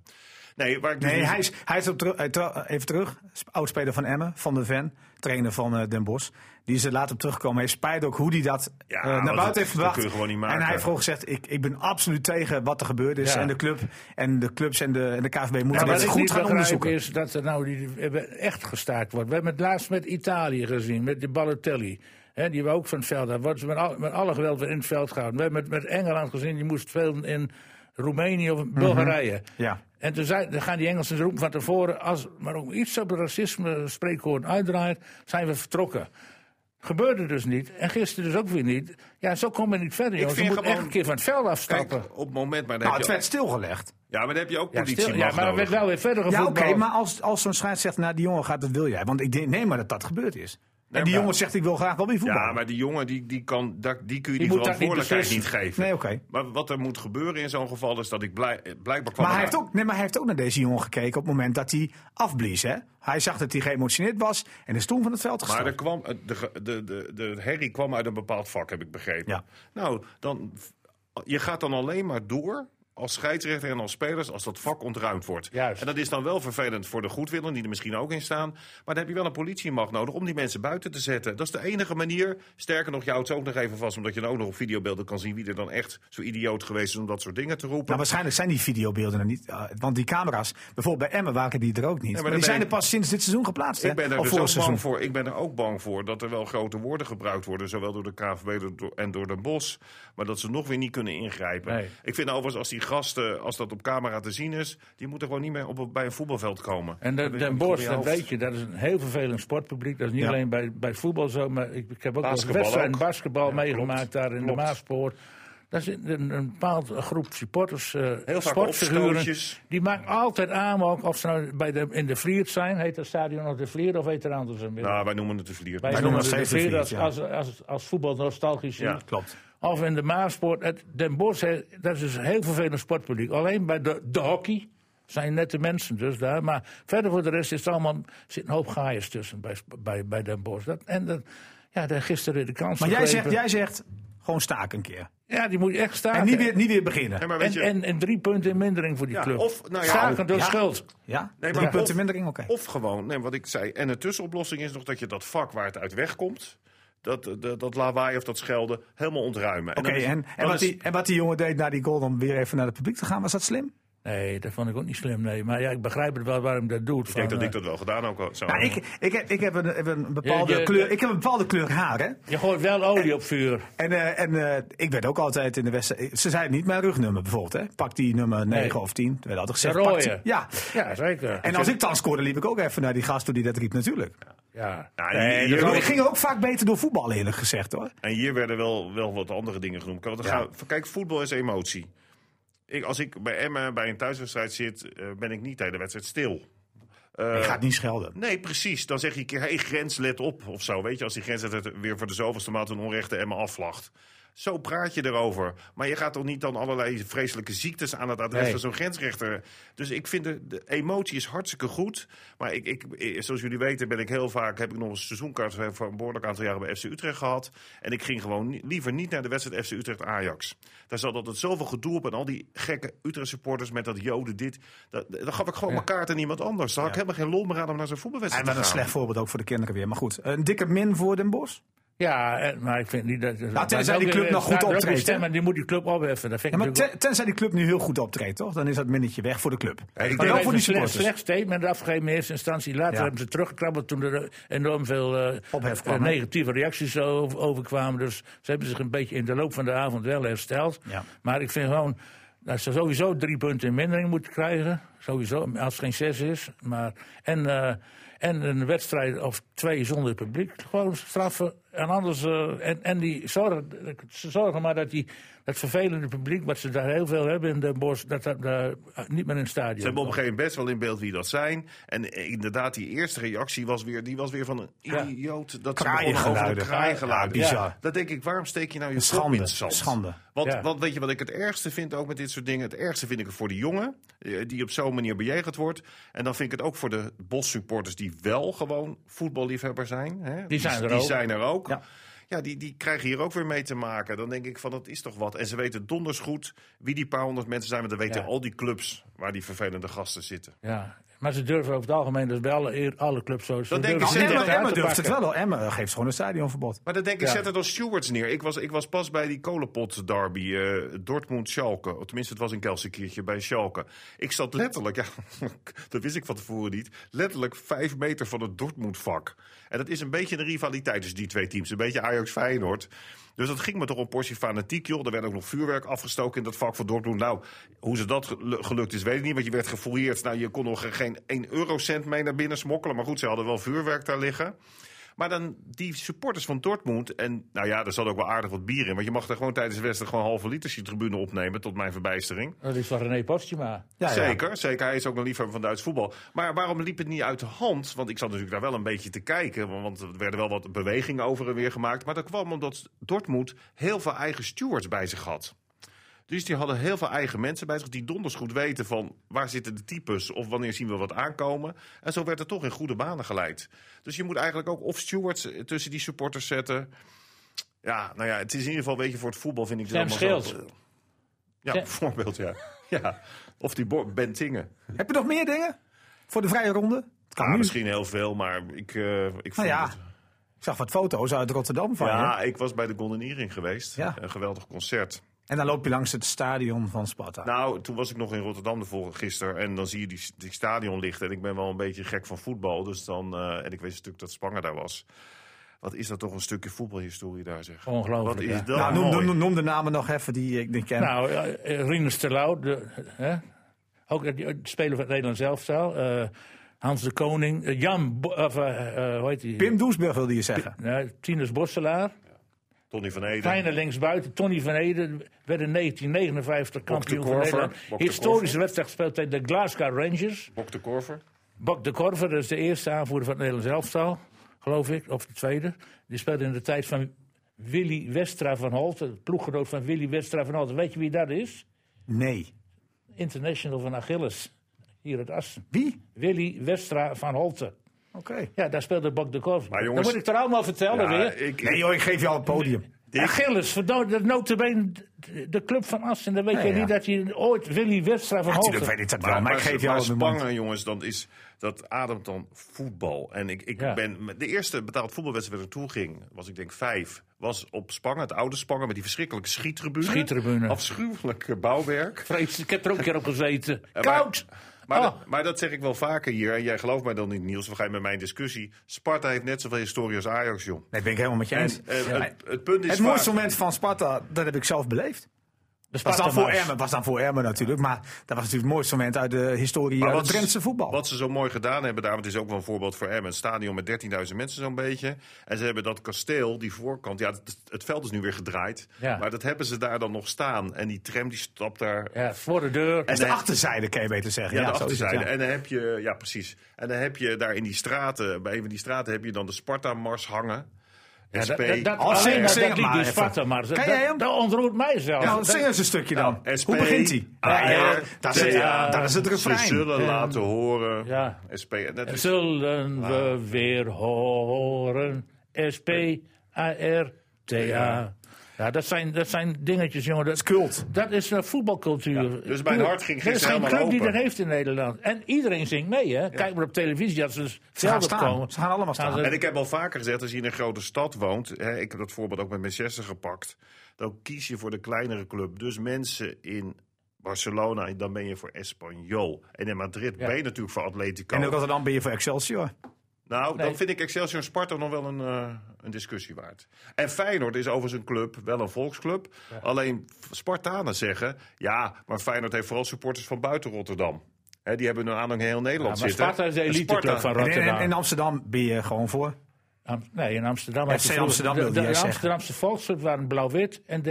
Nee, waar ik dus
Nee,
niet-
hij is, hij is op teru- eh, trouw- even terug. Sp- Oudspeler van Emmen, van de Ven. Trainer van eh, Den Bosch. Die is er laat op teruggekomen. Hij spijt ook hoe hij dat
Ja,
eh,
want
naar
dat-
buiten heeft
dat
gebracht.
kun je gewoon niet
En
maken.
hij heeft gewoon gezegd, ik, ik ben absoluut tegen wat er gebeurd is.
Ja.
En de club en de clubs en de, en de KVB moeten
Maar
dit
wat ik
goed
niet
gaan
begrijp
onderzoeken.
is dat er nou die, die- echt gestaakt wordt. We hebben het laatst met Italië gezien, met de Balotelli. Hè, die we ook van het veld hebben. Wordt met, al, met alle geweld weer in het veld gehouden. We hebben het met Engeland gezien, die moest veel in Roemenië of Bulgarije.
Mhm. Ja.
En toen zei, dan gaan die Engelsen roepen van tevoren, als maar ook iets op racisme spreekwoord uitdraait, zijn we vertrokken. Gebeurde dus niet. En gisteren dus ook weer niet. Ja, zo komen we niet verder, jongens. Je
vind
moet
gewoon-
echt een keer van het veld
Kijk,
afstappen.
op het moment, maar dan,
Nou,
heb,
het
je,
werd stilgelegd.
ja, maar dan heb je ook
Ja,
politie.
stil, ja, maar er werd wel weer verder
Ja,
gevoerd.
oké, maar als, als zo'n scheids zegt, nou die jongen gaat, dat wil jij. Want ik denk, nee, maar dat dat gebeurd is. En die
maar-
jongen zegt, ik wil graag wel weer voetballen.
Ja, maar die jongen, die, die, kan, dat- die kun je
Die
die,
moet dat niet
verantwoordelijkheid niet
beslissen.
geven.
Nee, oké.
Maar wat er moet gebeuren in zo'n geval is dat ik blij, eh, blijkbaar kwam.
Maar hij,
er-
heeft ook, nee, maar hij heeft ook naar deze jongen gekeken op het moment dat hij afblies. Hè? Hij zag dat hij geëmotioneerd was en is toen van het veld
Maar
gestapt.
er kwam, eh, de, ge- de, de, de herrie kwam uit een bepaald vak, heb ik begrepen.
Ja.
Nou, dan, je gaat dan alleen maar door als scheidsrechter en als spelers als dat vak ontruimd wordt.
Juist.
En dat is dan wel vervelend voor de goedwillen, die er misschien ook in staan. Maar dan heb je wel een politiemacht nodig om die mensen buiten te zetten. Dat is de enige manier. Sterker nog, je houdt ze ook nog even vast... omdat je dan ook nog op videobeelden kan zien... wie er dan echt zo idioot geweest is om dat soort dingen te roepen.
Nou, waarschijnlijk zijn die videobeelden er niet. eh, want die camera's, bijvoorbeeld bij Emmen, waren die er ook niet.
maar
maar
dan
die
ben
zijn
je-
er pas sinds dit seizoen geplaatst. hè?
Ik ben, er
Of
dus
vorig
ook
seizoen.
bang voor, ik ben er ook bang voor dat er wel grote woorden gebruikt worden. Zowel door de KVB dan door- en door Den Bos. Maar dat ze nog weer niet kunnen ingrijpen.
Nee.
Ik vind overigens, als die gasten, als dat op camera te zien is. die moeten gewoon niet meer op, bij een voetbalveld komen.
En de, Den
goed
Bosch,
in je
dat
hoofd.
weet je, dat is een heel vervelend sportbasketbal. sportpubliek. Dat is niet
Ja.
alleen bij, bij voetbal zo, maar ik, ik heb ook een
Basketbal
wedstrijd
ook.
basketbal
Ja,
meegemaakt
klopt,
daar in
klopt.
de Maaspoort. Daar zit een, een bepaald groep supporters, eh
vaak
sportfiguren,
opstootjes.
die maken altijd aanmaak of ze nou bij de, in de Vliert zijn, heet dat stadion nog de Vliert of heet er anders een
Nou, wij noemen het de vlier.
Wij
noemen
noemen
het
het de
steeds de
Vliert als,
Vliert,
als, als, als voetbal nostalgisch
Ja.
zien.
Klopt.
Of in de Maaspoort. Het Den Bosch, hè, dat is dus een heel vervelend sportpubliek. Alleen bij de, de hockey zijn nette mensen dus daar. Maar verder voor de rest is het allemaal, zit een hoop gaaiers tussen bij, bij, bij Den Bosch. Dat, en dat, ja, daar gisteren de kans
Maar jij zegt,
gegrepen.
jij zegt, gewoon staak een keer.
Ja, die moet je echt staan.
En niet weer, niet weer beginnen.
Nee, maar weet
en,
je,
en, en drie punten in mindering voor die
Ja,
club.
of- nou ja,
Staken door
ja.
schuld.
Ja?
Nee,
Drie
maar
punten
of-
mindering, oké.
Of gewoon, nee, wat ik zei. En een tussenoplossing is nog dat je dat vak waar het uit wegkomt. Dat, dat, dat lawaai of dat schelden helemaal ontruimen. En
Oké,
dan is-
en, en,
dan
wat
is-
die- en wat die jongen deed na die goal, om weer even naar het publiek te gaan, was dat slim?
Nee, dat vond ik ook niet slim. Nee. Maar ja, ik begrijp het wel waarom dat doet. eh,
Ik denk dat ik dat wel gedaan ook zou
Nou,
hebben.
ik, ik, heb, ik, heb een, heb een bepaalde
Je- je-
kleur, ik heb een bepaalde kleur haar, hè?
Je gooit wel olie op vuur.
En, eh, en eh, ik werd ook altijd in de wedstrijd. Ze zeiden niet mijn rugnummer bijvoorbeeld. Hè? Pak die nummer 9
Nee.
of 10. Er werd altijd gezegd.
De
pak
rode.
die- Ja.
Ja, zeker.
En als ik dan scoorde, liep ik ook even naar die gast toe die dat riep, natuurlijk.
Ja.
Nou,
Nee,
hier-
dat
hier-
is
Maar
ook-
ik ging ook vaak beter door voetballen, eerlijk gezegd hoor.
En hier werden wel, wel wat andere dingen genoemd. Want dan
Ja.
gaan- kijk, voetbal is emotie. Ik, als ik bij Emmen bij een thuiswedstrijd zit, eh, ben ik niet de hele wedstrijd stil. Eh,
Ik ga het niet schelden.
Nee, precies. Dan zeg je een keer, hey, grens, let op of zo. Weet je, als die grens weer voor de zoveelste maat een onrechte Emmen afvlacht. Zo praat je erover. Maar je gaat toch niet dan allerlei vreselijke ziektes aan het adres
Nee.
van zo'n grensrechter. Dus ik vind de, de emotie is hartstikke goed. Maar ik, ik, eh, zoals jullie weten ben ik heel vaak, heb ik nog een seizoenkaart voor voor een behoorlijk aantal jaren bij FC Utrecht gehad. En ik ging gewoon ni- liever niet naar de wedstrijd FC Utrecht-Ajax. Daar zat altijd zoveel gedoe op en al die gekke Utrecht supporters met dat joden dit. Dat, dan gaf ik gewoon mijn kaart aan iemand anders. Dan had ik helemaal geen lol meer aan om naar zo'n
En
voetbalwedstrijd
dat is
te
een
gaan.
slecht voorbeeld ook voor de kinderen weer. Maar goed, een dikke min voor Den Bos.
Ja, eh, maar ik vind niet dat...
Nou, tenzij
dat is ook
die club
weer-
nog goed
dat is ook weer
optreedt,
stem,
hè?
Maar die moet die club opheffen. Dat vind
Ja,
ik
maar
natuurlijk
ten- tenzij die club nu heel goed optreedt, toch? Dan is dat minnetje weg voor de club.
ik
maar
denk
wel
ook
voor die
een slecht,
supporters.
slecht statement afgegeven in eerste instantie. Later
Ja.
hebben ze teruggekrabbeld toen er enorm veel eh,
Ophef kwam,
eh,
hè?
negatieve reacties over, overkwamen. Dus ze hebben zich een beetje in de loop van de avond wel hersteld.
Ja.
Maar ik vind gewoon dat ze sowieso drie punten in mindering moeten krijgen. Sowieso, als het geen zes is. Maar, en, eh, en een wedstrijd of twee zonder publiek. Gewoon straffen. En anders. eh, en, en die zorgen, ze zorgen maar dat die, dat vervelende publiek, wat ze daar heel veel hebben in Den Bosch, dat dat eh, niet meer in het stadion
Ze hebben op
komt.
een gegeven moment best wel in beeld wie dat zijn. En eh, inderdaad, die eerste reactie was weer, die was weer van een
Ja.
idioot. Dat
Kraaiengeluiden.
Kraaiengeluiden.
Ja, bizar.
Dat denk ik, waarom steek je nou je
Schande,
kop in het zand?
schande.
Want,
Ja.
want weet je wat ik het ergste vind ook met dit soort dingen? Het ergste vind ik het voor de jongen, eh, die op zo'n manier bejegend wordt. En dan vind ik het ook voor de Bos-supporters die wel gewoon voetballiefhebber zijn. Hè?
zijn er
die
ook.
zijn er ook.
Ja.
Ja. die, die krijgen hier ook weer mee te maken. Dan denk ik van, dat is toch wat. En ze weten donders goed wie die paar honderd mensen zijn. Want dan weten
Ja.
al die clubs waar die vervelende gasten zitten.
Ja, maar ze durven over het algemeen dus bij alle, alle clubs zo.
denk
ze
ik
durven het
Nou,
zeker.
niet
Emma,
uit te
Emma durft het
pakken.
wel al. Emma eh, geeft gewoon een stadionverbod.
Maar dan denk ik,
Ja.
zet het als stewards neer. Ik was, ik was pas bij die kolenpot derby eh, Dortmund-Schalke. Of Tenminste, het was een Kelsenkiertje bij Schalke. Ik zat letterlijk, ja, *laughs* dat wist ik van tevoren niet, letterlijk vijf meter van het Dortmund-vak. En dat is een beetje een rivaliteit tussen die twee teams. Een beetje Ajax-Feyenoord. Dus dat ging me toch een portie fanatiek, joh. Er werd ook nog vuurwerk afgestoken in dat vak van Dortmund. Nou, hoe ze dat gelu- gelukt is, weet ik niet. Want je werd gefouilleerd. Nou, je kon nog geen 1 eurocent mee naar binnen smokkelen. Maar goed, ze hadden wel vuurwerk daar liggen. Maar dan die supporters van Dortmund. En nou ja, er zat ook wel aardig wat bier in. Want je mag daar gewoon tijdens de wedstrijd gewoon halve liters die tribune opnemen. Tot mijn verbijstering.
Dat is van René Postjema.
Ja, ja.
zeker, zeker. Hij is ook een liefhebber van Duits voetbal. Maar waarom liep het niet uit de hand? Want ik zat natuurlijk daar wel een beetje te kijken. want- Want er werden wel wat bewegingen over en weer gemaakt. Maar dat kwam omdat Dortmund heel veel eigen stewards bij zich had. Dus die hadden heel veel eigen mensen bij zich die donders goed weten van waar zitten de types of wanneer zien we wat aankomen. En zo werd het toch in goede banen geleid. Dus je moet eigenlijk ook of stewards eh, tussen die supporters zetten. Ja, nou ja, het is in ieder geval, weet je, voor het voetbal vind ik het
Sam
allemaal zo.
Scheels.
Ja,
Sam-
bijvoorbeeld, ja. *laughs* ja. Of die Bo- Bentingen.
Heb je nog meer dingen voor de vrije ronde? Het kan
Ah,
nu.
misschien heel veel, maar ik, eh ik vond
Nou ja,
het...
ik zag wat foto's uit Rotterdam van je.
Ja, ik was bij de Gondeniering geweest.
Ja.
Een geweldig concert.
En dan loop je langs het stadion van Sparta.
Nou, toen was ik nog in Rotterdam de vorige gisteren. En dan zie je die, die stadion liggen. En ik ben wel een beetje gek van voetbal. Dus dan, eh, en ik wist natuurlijk dat Spanger daar was. Wat is dat toch een stukje voetbalhistorie daar, zeg.
Ongelooflijk,
Wat is
ja.
dat
Nou, noem,
mooi.
noem, noem de namen nog even die ik niet ken.
Nou, eh, eh, Rinus Terlouw, de, hè? ook het het speler van het Nederlands elftal. eh, Hans de Koning, eh, Jan, Bo- of, eh, eh, hoe heet die?
Pim Doesburg wilde je zeggen.
Nee, Tinus Bosselaar,
Tony van Eden.
kleine linksbuiten, Tony van Eden, werd in 1959 kampioen van
Korver,
Nederland.
Bok de
Historische
Korver.
wedstrijd gespeeld tegen de Glasgow Rangers.
Bok de Korver.
Bok de Korver, dat is de eerste aanvoerder van het Nederlands elftal, geloof ik, of de tweede. Die speelde in de tijd van Willy Westra van Holten, de ploeggenoot van Willy Westra van Holten. Weet je wie dat is?
Nee.
International van Achilles, hier uit Assen.
Wie?
Willy Westra van Holten.
Oké.
Ja, daar speelde Bok de Korver.
Maar jongens-
dat moet ik er allemaal vertellen
Ja,
weer.
ik,
Nee joh, ik geef jou een podium.
Achilles, verdomme, dat notabene de- de club van Assen. Dan weet
Ja,
je
ja.
niet dat hij ooit Willy Westra van
Natuurlijk
Holten...
weet ik dat wel, maar, ik geef jou een
Spangen,
mond.
jongens, dan is dat ademt dan voetbal. En ik, ik
Ja.
ben met de eerste betaald voetbalwedstrijd waar ik naartoe ging, was ik denk vijf, was op Spangen, het oude Spangen met die verschrikkelijke schiettribune.
Schiettribune.
Afschuwelijk bouwwerk.
Vrees, ik heb er ook een keer op gezeten.
Eh, maar-
Koud!
Maar,
Oh.
dat, maar dat zeg ik wel vaker hier. En jij gelooft mij dan niet, Niels. We gaan met mijn discussie. Sparta heeft net zoveel historie als Ajax, joh.
Nee, ben ik helemaal met je
En,
eens.
eh, het, het punt is
Het
vaak-
mooiste moment van Sparta, dat heb ik zelf beleefd.
De
Was dan voor
Spartamars.
Ermen, was dan voor Ermen natuurlijk. Maar dat was natuurlijk het mooiste moment uit de historie
Maar
van het Drentse voetbal.
Wat ze zo mooi gedaan hebben daar, want het is ook wel een voorbeeld voor Emmen. Een stadion met 13.000 mensen zo'n beetje. En ze hebben dat kasteel, die voorkant, ja, het, het veld is nu weer gedraaid.
Ja.
Maar dat hebben ze daar dan nog staan. En die tram die stapt daar. Ja.
Ja, voor de deur.
Dat is de
nee.
achterzijde, kan je beter zeggen.
de
zo is het,
achterzijde.
ja.
En dan heb je, ja precies. En dan heb je daar in die straten, bij een van die straten heb je dan de Sparta-mars hangen.
Ja,
SP.
dat, dat, dat,
Als zing-
alleen dat-
zing
dat
het
lied
maar
niet
even.
vatten, maar dat,
Ken jij
dat-
hem?
dat ontroert mij zelf.
Nou,
Dat-
zing eens een stukje dan.
Nou, SP,
Hoe begint hij?
Ah, ja,
daar zit,
ja,
daar is het
Ze
refrein.
zullen laten horen.
ja.
SP. Dat is,
Zullen we weer horen? S, P, A, R, T, A. Ja, dat zijn, dat zijn dingetjes, jongen. Dat,
Kult.
dat is eh, voetbalcultuur.
dus mijn hart ging
Er is
gisteren
geen club
helemaal
die dat
open.
heeft in Nederland. En iedereen zingt mee, hè? Kijk maar op televisie als ze Nou, dus
gaan
velden
staan.
komen.
Ze gaan allemaal staan.
ze-
En ik heb al vaker gezegd, als je in een grote stad woont, hè, ik heb dat voorbeeld ook met Manchester gepakt, dan kies je voor de kleinere club. Dus mensen in Barcelona, dan ben je voor Espanyol. En in Madrid ben je natuurlijk voor Atletico.
En in Rotterdam ben je voor Excelsior.
Nou,
Nee.
dan vind ik Excelsior Sparta nog wel een, eh, een discussie waard. En Feyenoord is overigens een club, wel een volksclub. Alleen Spartanen zeggen, ja, maar Feyenoord heeft vooral supporters van buiten Rotterdam. Hè, die hebben hun aanhang in heel Nederland
Ja, maar
zitten.
Sparta is de
En
eliteclub
Sparta-
van
En in,
Rotterdam.
in Amsterdam ben je gewoon voor.
Am- nee, in Amsterdam.
FC
had je vroeger-
Amsterdam
de,
wilde
de,
jij zeggen.
Amsterdamse volksclub waren blauw-wit en DWS.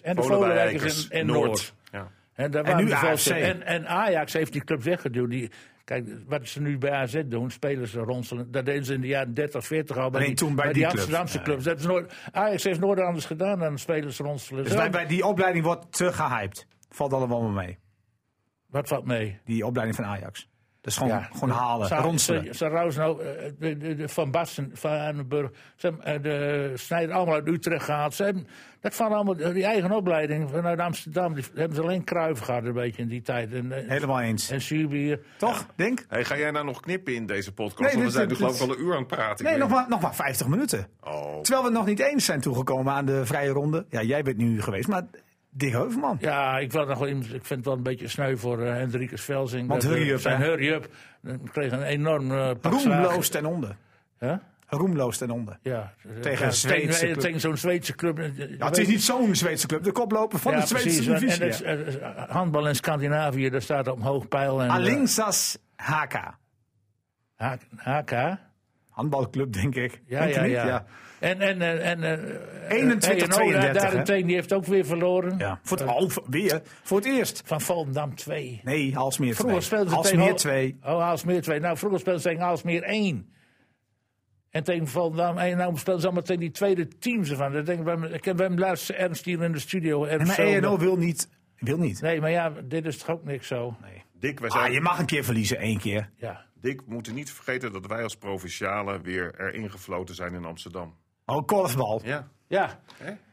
En de
Volendijkers,
Volendijkers in, in
Noord.
Noord.
Ja.
En, daar
En
waren
nu
de Volksclub.
AFC.
En, en Ajax heeft die club weggeduwd. Die, kijk, wat ze nu bij AZ doen, spelers ronselen. Dat deden ze in de jaren 30, 40 al. Bij
Alleen
die,
toen bij
bij
die club.
Amsterdamse clubs. Dat is nooit, Ajax heeft nooit anders gedaan dan spelers ronselen.
Dus
Zo,
bij, bij die opleiding wordt te gehyped. Valt allemaal wel mee.
Wat valt mee?
Die opleiding van Ajax. Dus gewoon,
Ja.
gewoon halen, ronselen.
Ze, ze rouwen nou, eh, de, de- de Van Basten, Van Aardenburg, ze hebben, eh, de Snijder allemaal uit Utrecht gehaald. Ze hebben, dat van allemaal, eh, die eigen opleiding vanuit Amsterdam, die hebben ze alleen Kruif gehad een beetje in die tijd. En, eh,
Helemaal eens.
en Zuurbier.
Toch? Denk?
Hey, ga jij nou nog knippen in deze podcast?
Nee,
Want we
dit-
zijn nu
dit-
geloof ik al een uur aan het praten. Ik
Nee,
weet
nog maar, nog maar 50 minuten.
Oh.
Terwijl we nog niet eens zijn toegekomen aan de vrije ronde. Ja, jij bent nu geweest, maar Dick Heuvelman.
Ja, ik, wil nog wel, iemand- ik vind het wel een beetje sneu voor eh Hendrikus Velsing.
Want
Dat, eh,
hurry up,
Zijn
hè?
hurry up. Dan kreeg een enorm eh pak
Roemloos
slaag.
ten onder.
Hè?
Roemloos ten onder.
Ja.
Tegen een Zweedse
tegen-
club.
tegen zo'n Zweedse club.
Ja, het is niet zo'n Zweedse club. De koploper van de Zweedse
precies. En-
divisie.
En,
ja.
het is, eh, handbal in Scandinavië, daar staat op een eh, hoog pijl.
Ah,
En,
Alingsas HK.
eh, H- HK. Ja,
Handbalclub, denk ik.
ja,
Denk je
ja,
niet?
En, en, en, en eh,
21,
TNO daar-
32,
daarentegen, die heeft ook weer verloren.
Ja. Voor het, oh, voor- weer. Voor het eerst.
Van Volendam 2.
Nee, Alsmeer 2.
Vroeger speelden ze tegen...
Alsmeer 2.
Oh, Aalsmeer 2. Nou, vroeger speelden ze tegen Aalsmeer 1. En tegen Volendam 1. Nou, speelden ze allemaal tegen die tweede teams ervan. Dat denk ik, bij me- ik heb bij hem laatst Ernst hier in de studio. Ernst
Maar
Zolder.
ENO wil niet. Wil niet.
Nee, maar ja, dit is toch ook niks zo.
Dick, wij zijn,
Ah, je mag een keer verliezen, één keer.
Ja.
Dick, we moeten niet vergeten dat wij als provincialen weer erin gefloten zijn in Amsterdam.
Oh, korfbal.
Ja.
Ja.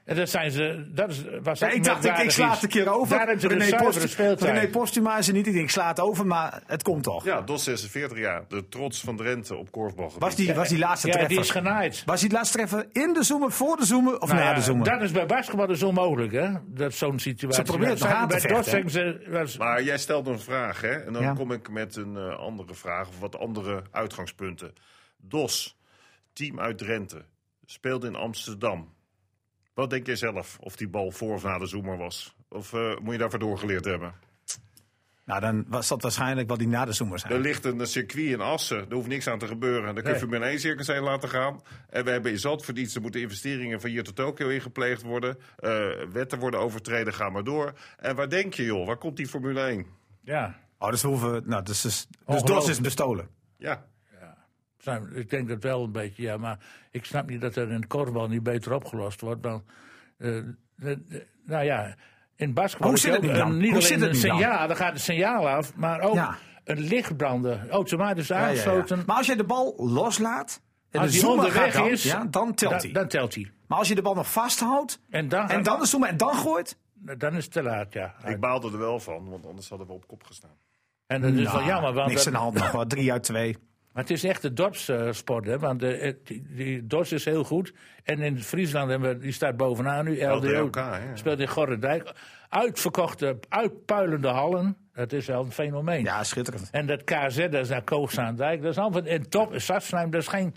En dat zijn ze. Dat is, was
Ja,
ook
ik dacht, ik, ik
merkwaardig
sla
iets.
het een keer over.
Daar hebben ze
René
de
Post-
zuivere speeltijd.
René Postuma is er niet. Ik denk, ik sla het over, maar het komt toch.
Ja, DOS 46 jaar. De trots van Drenthe op korfbal.
Was, die, was die laatste
ja,
treffer?
die is genaaid.
was die laatste treffer in de zomer, voor de zomer of
Nou
na
ja,
de zomer?
dat is bij basketbal dus onmogelijk, hè? Dat zo'n situatie.
Ze proberen het
Maar
nog aan
bij
te vechten,
DOS zeggen ze, was-
Maar jij stelt een vraag, hè? En dan
Ja.
kom ik met een eh, andere vraag of wat andere uitgangspunten. DOS, team uit Drenthe, speelde in Amsterdam. Wat denk jij zelf? Of die bal voor of na de zoemer was? Of eh, moet je daarvoor doorgeleerd hebben?
Nou, dan was dat waarschijnlijk wat die na de zomer
Er
zijn.
ligt een eh, circuit in Assen, daar hoeft niks aan te gebeuren. Daar kun je
Nee.
Formule 1 circus heen laten gaan. En we hebben in Zandvoort iets, er moeten investeringen van hier tot Tokio ingepleegd worden. Eh, wetten worden overtreden, ga maar door. En waar denk je joh, waar komt die Formule 1?
ja.
Oh, dus we hoeven. Nou, dus, dus, dus
Ongelooflijk.
DOS is bestolen.
Ja,
Nou, ik denk dat wel een beetje, ja. Maar ik snap niet dat er in het korfbal niet beter opgelost wordt. Want, eh, eh, eh, nou ja, in basketbal...
Hoe
is
zit het
ook
nu dan?
een-
Hoe zit
Niet alleen
het
een
nu dan?
signaal, dan gaat het signaal af, maar ook
Ja.
een lichtbranden. Automatisch
Ja, ja, ja.
aangesloten.
Maar als je de bal loslaat. En
Als
de
hij
zoemer
onderweg
gaat dan,
is,
ja, dan telt
dan-
hij.
Dan telt hij.
Maar als je de bal nog vasthoudt.
En dan,
En dan de zoemer en dan gooit.
dan is het te laat, ja.
ik baalde er wel van, want anders hadden we op kop gestaan.
En dat is wel
Nou,
jammer, want
Niks
dat-
aan de hand nog wel. Drie uit twee.
Maar het is echt de dorpssport, hè? Want de, eh, die, die dorps is heel goed. En in Friesland, hebben we, die staat bovenaan nu, LDO.
LDOK, hè?
Speelt in Gorredijk. Uitverkochte, uitpuilende hallen. Dat is wel een fenomeen.
Ja, schitterend.
En dat KZ, dat is naar Koogstaandijk. Dat is allemaal en top. Sassnijm, dat is geen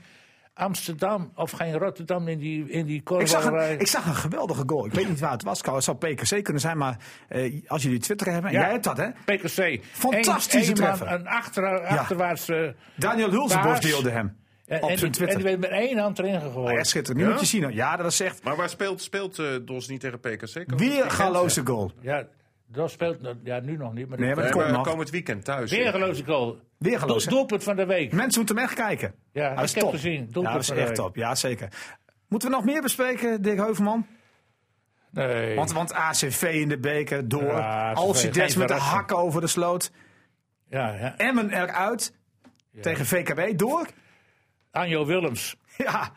Amsterdam of geen Rotterdam in die, in die
Ik zag,
korfballerij.
een, ik zag een geweldige goal. Ik weet niet waar het was. Het zou PKC kunnen zijn, maar eh, als jullie Twitter hebben, en
Ja.
jij hebt dat hè.
PKC.
Fantastische
Eén- één man,
treffer.
Een achter, achterwaarts... eh,
Daniel Hulzenbos
Paas.
deelde hem
en,
op zijn
en die- en
Twitter. Ah
die werd met één hand erin gegooid.
ja, schitterend. Nu
Ja?
moet je zien. hoor. Ja, dat is echt
Maar waar speelt, speelt eh, DOS niet tegen PKC? Komend
weer
weekend?
galoze goal.
Ja, dat speelt nog- ja, nu nog niet. Maar
Nee,
dat-
maar
Nee,
het
maar
komt nog.
komend weekend thuis. eh,
Weergeloze goal.
Weergeloos, hè?
Doelpunt van de week.
Mensen moeten hem echt kijken.
Ja,
Hij
ik
is
heb
top.
gezien. Doelpunt
Ja, dat is
van de
echt
week.
top. Ja, zeker. Moeten we nog meer bespreken, Dick Heuvelman?
Nee.
Want, want ACV in de beker, door.
Ja, ACV,
Alcides
geen
met de
verrassing.
hakken over de sloot.
ja, ja.
Emmen eruit. Tegen VKB, door. *laughs*
Anjo Willems.
Ja,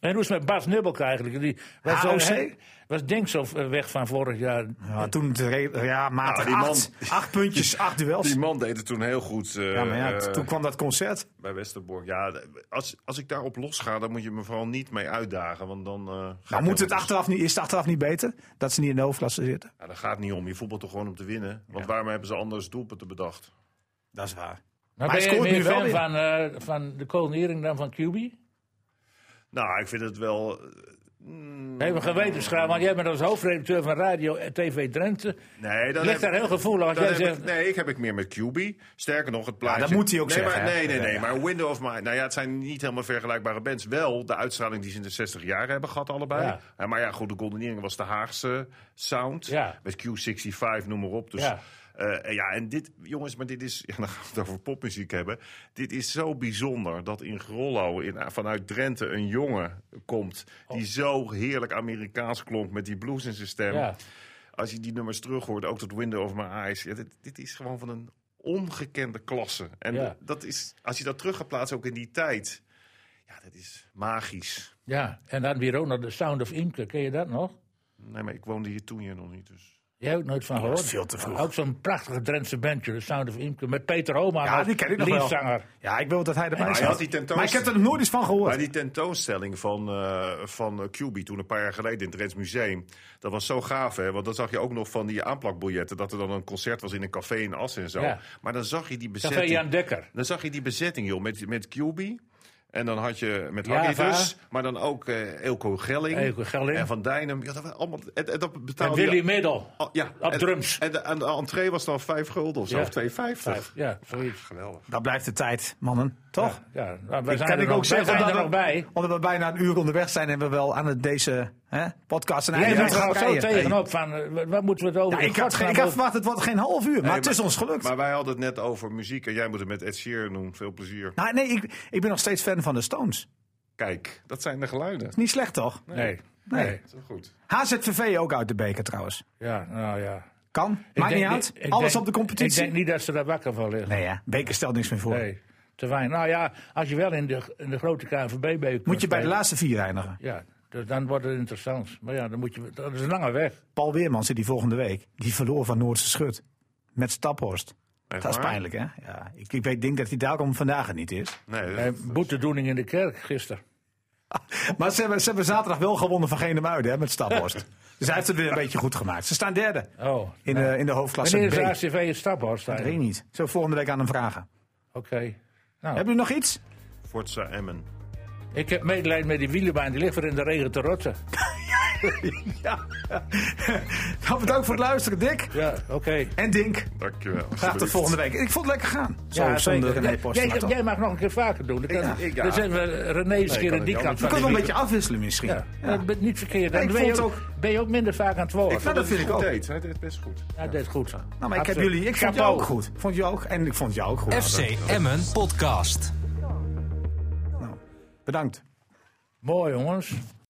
En hoe is het met Bas Nibbelk eigenlijk? Die was, eh,
HOC?
hij- was Denkso eh, weg van vorig jaar.
ja toen de re- ja, maat
Nou, die man-
acht, acht puntjes, acht duels.
Die man deed het toen heel goed eh,
ja, maar ja, t-
eh,
toen kwam dat concert. Nou,
bij Westerbork. Ja, d- als, als ik daarop los ga, dan moet je me vooral niet mee uitdagen. Want dan, eh, gaat
Nou, moet het
helemaal-
achteraf niet, is het achteraf niet beter dat ze niet in de hoofdklasse zitten?
Ja, dat gaat niet om. Je voetbalt toch gewoon om te winnen. Want waarom hebben ze anders doelpunten bedacht?
Dat is waar.
Nou,
hij
ben je
scoort
meer
nu wel
fan
weer.
van, eh, van de kolonering dan van QB?
Nou, ik vind het wel. eh,
Nee, maar gewetensgraaf, want jij bent als hoofdredacteur van Radio en TV Drenthe.
Nee, dat
Ligt daar heel gevoelig als
dan
jij
heb
zegt...
ik, nee, ik heb ik meer met QB. Sterker nog, het plaatje.
dat moet hij ook
nee,
zeggen,
Maar,
hè?
nee, nee, nee.
Ja.
Maar Window of Mind. Nou ja, het zijn niet helemaal vergelijkbare bands. Wel de uitstraling die ze in de 60 jaar hebben gehad, allebei.
Ja.
Ja, maar ja, goed, de Goldenering was de Haagse sound.
Ja.
Met Q65, noem maar op. Dus,
Ja.
eh, ja, en dit, jongens, maar dit is. *laughs* Ja, dan gaan we het over popmuziek hebben. Dit is zo bijzonder dat in Grollo, in, vanuit Drenthe, een jongen komt.
Oh.
die zo heerlijk Amerikaans klonk met die blues in zijn stem
Ja.
als je die nummers terug hoort, ook tot Window of My Eyes. Ja, dit, dit is gewoon van een ongekende klasse. En
Ja.
dat is, als je dat terug gaat plaatsen, ook in die tijd. Ja, dat is magisch.
Ja, en dan weer ook nog de Sound of Imke, ken je dat nog?
Nee, maar ik woonde hier toen hier nog niet. Dus.
Jij hebt ook nooit van gehoord.
is veel te vroeg.
Ook zo'n prachtige Drentse bandje, de Sound of Imke, met Peter Oma
Ja,
als
die ken ik nog wel.
leadzanger.
Ja, ik wil dat hij erbij
hij
zat.
had die tentoonstelling.
Maar ik heb er nog nooit eens van gehoord.
Maar die tentoonstelling van, eh van eh, QB toen een paar jaar geleden in het Rens Museum. Dat was zo gaaf, hè? Want dan zag je ook nog van die aanplakbiljetten. Dat er dan een concert was in een café in Assen en zo.
Ja.
Maar dan zag je die
Café
bezetting.
Jan Dekker.
Dan zag je die bezetting, joh, met, met QB. En dan had je met
Ja,
Harry
waar?
dus, maar dan ook eh Elko Gelling.
Eelco Gelling.
En Van Dijnem. Ja, dat, waren allemaal, en, en dat
Nou,
En
betaalde
Willy
je-
Middel.
al- ja,
op
en-
drums.
En de, en de entree was dan 5 gulden of zo,
Ja.
of 2,50.
Ja, zoiets.
Geweldig.
Dat blijft de tijd, mannen. Toch?
Ja, nou, wij
Ik
zijn
kan
er
ik
nog,
ook
wij
zeggen
zijn
dat
er nog bij.
Omdat we bijna een uur onderweg zijn en we wel aan het, deze hè, podcast een
Jij
einde
bent
moeten
er
gaan
zo
breien.
tegenop van, eh, wat- wat moeten we het over...
Ja, ik, had, geen-
in
ik had
godsnaam
verwacht, het wordt geen half uur, maar het is ons gelukt.
Maar wij hadden het net over muziek en jij moet het met Ed Sheeran doen. Veel plezier.
Nou, nee, ik, ik ben nog steeds fan van de Stones.
Kijk, dat zijn de geluiden.
Niet slecht, toch?
over- Nee,
Nee.
nee.
Dat is goed.
HZVV ook uit de beker trouwens.
Ja, nou ja.
Kan,
Ik
maakt niet
denk-
uit.
ik
Alles
denk-
op de competitie.
Ik denk niet dat ze daar wakker van liggen.
Nee, hè? beker stelt niks meer voor.
Nee, te weinig. Nou ja, als je wel in de, in de grote KNVB bent.
Moet je bij de laatste vier eindigen.
Ja, dus dan wordt het interessant. Maar ja, dan moet je, dat is een lange weg.
Paul Weerman zit die volgende week. Die verloor van Noordse Schut. Met Staphorst.
Echt
Dat is
waar?
pijnlijk, hè? Ja, ik, ik weet- denk dat hij daarom vandaag het niet is.
Nee, dat-
Eh, boetedoening in de kerk gisteren.
Maar ze hebben, ze hebben zaterdag wel gewonnen van Genemuiden, hè? Met
*laughs*
Staphorst. dus hij heeft het weer een beetje goed gemaakt. Ze staan derde
Oh.
in de, in de hoofdklasse
Wanneer is
B.
de ACV in Staphorst
Dat weet ik
eigenlijk?
niet. Zo volgende week aan hem vragen.
Oké. Nou,
Hebben jullie nog iets? *laughs*
Forza Emmen.
ik heb medelijden met die wielerbaan. Die ligt weer in de regen te rotten.
Ja. Nou, bedankt voor het luisteren, Dick.
Ja, oké.
En Dink.
Dankjewel.
Graag tot volgende week. Ik vond het lekker gaan. Zo,
Ja,
zonder
zeker.
René
Jij-
Postma,
jij,
toch?
jij mag nog een keer vaker doen. Dan, kan,
ik- ja.
dan zijn we René eens keer
kan
in
ik
die
ook
kant
We kunnen
van de
wel een
wielen.
beetje afwisselen misschien.
Ja, Dat bent niet verkeerd. Dan
Ik
ben, je
vond
ook,
het
ben je ook minder vaak aan het woord.
Nou, dat vind ik ook. Nou,
Hij deed het best goed.
Ja, dat is goed. Nou,
maar ik heb jullie... Ik vond jou ook goed. Vond jou ook. En ik vond jou ook goed.
FC Emmen Podcast.
Bedankt.
Mooi, jongens.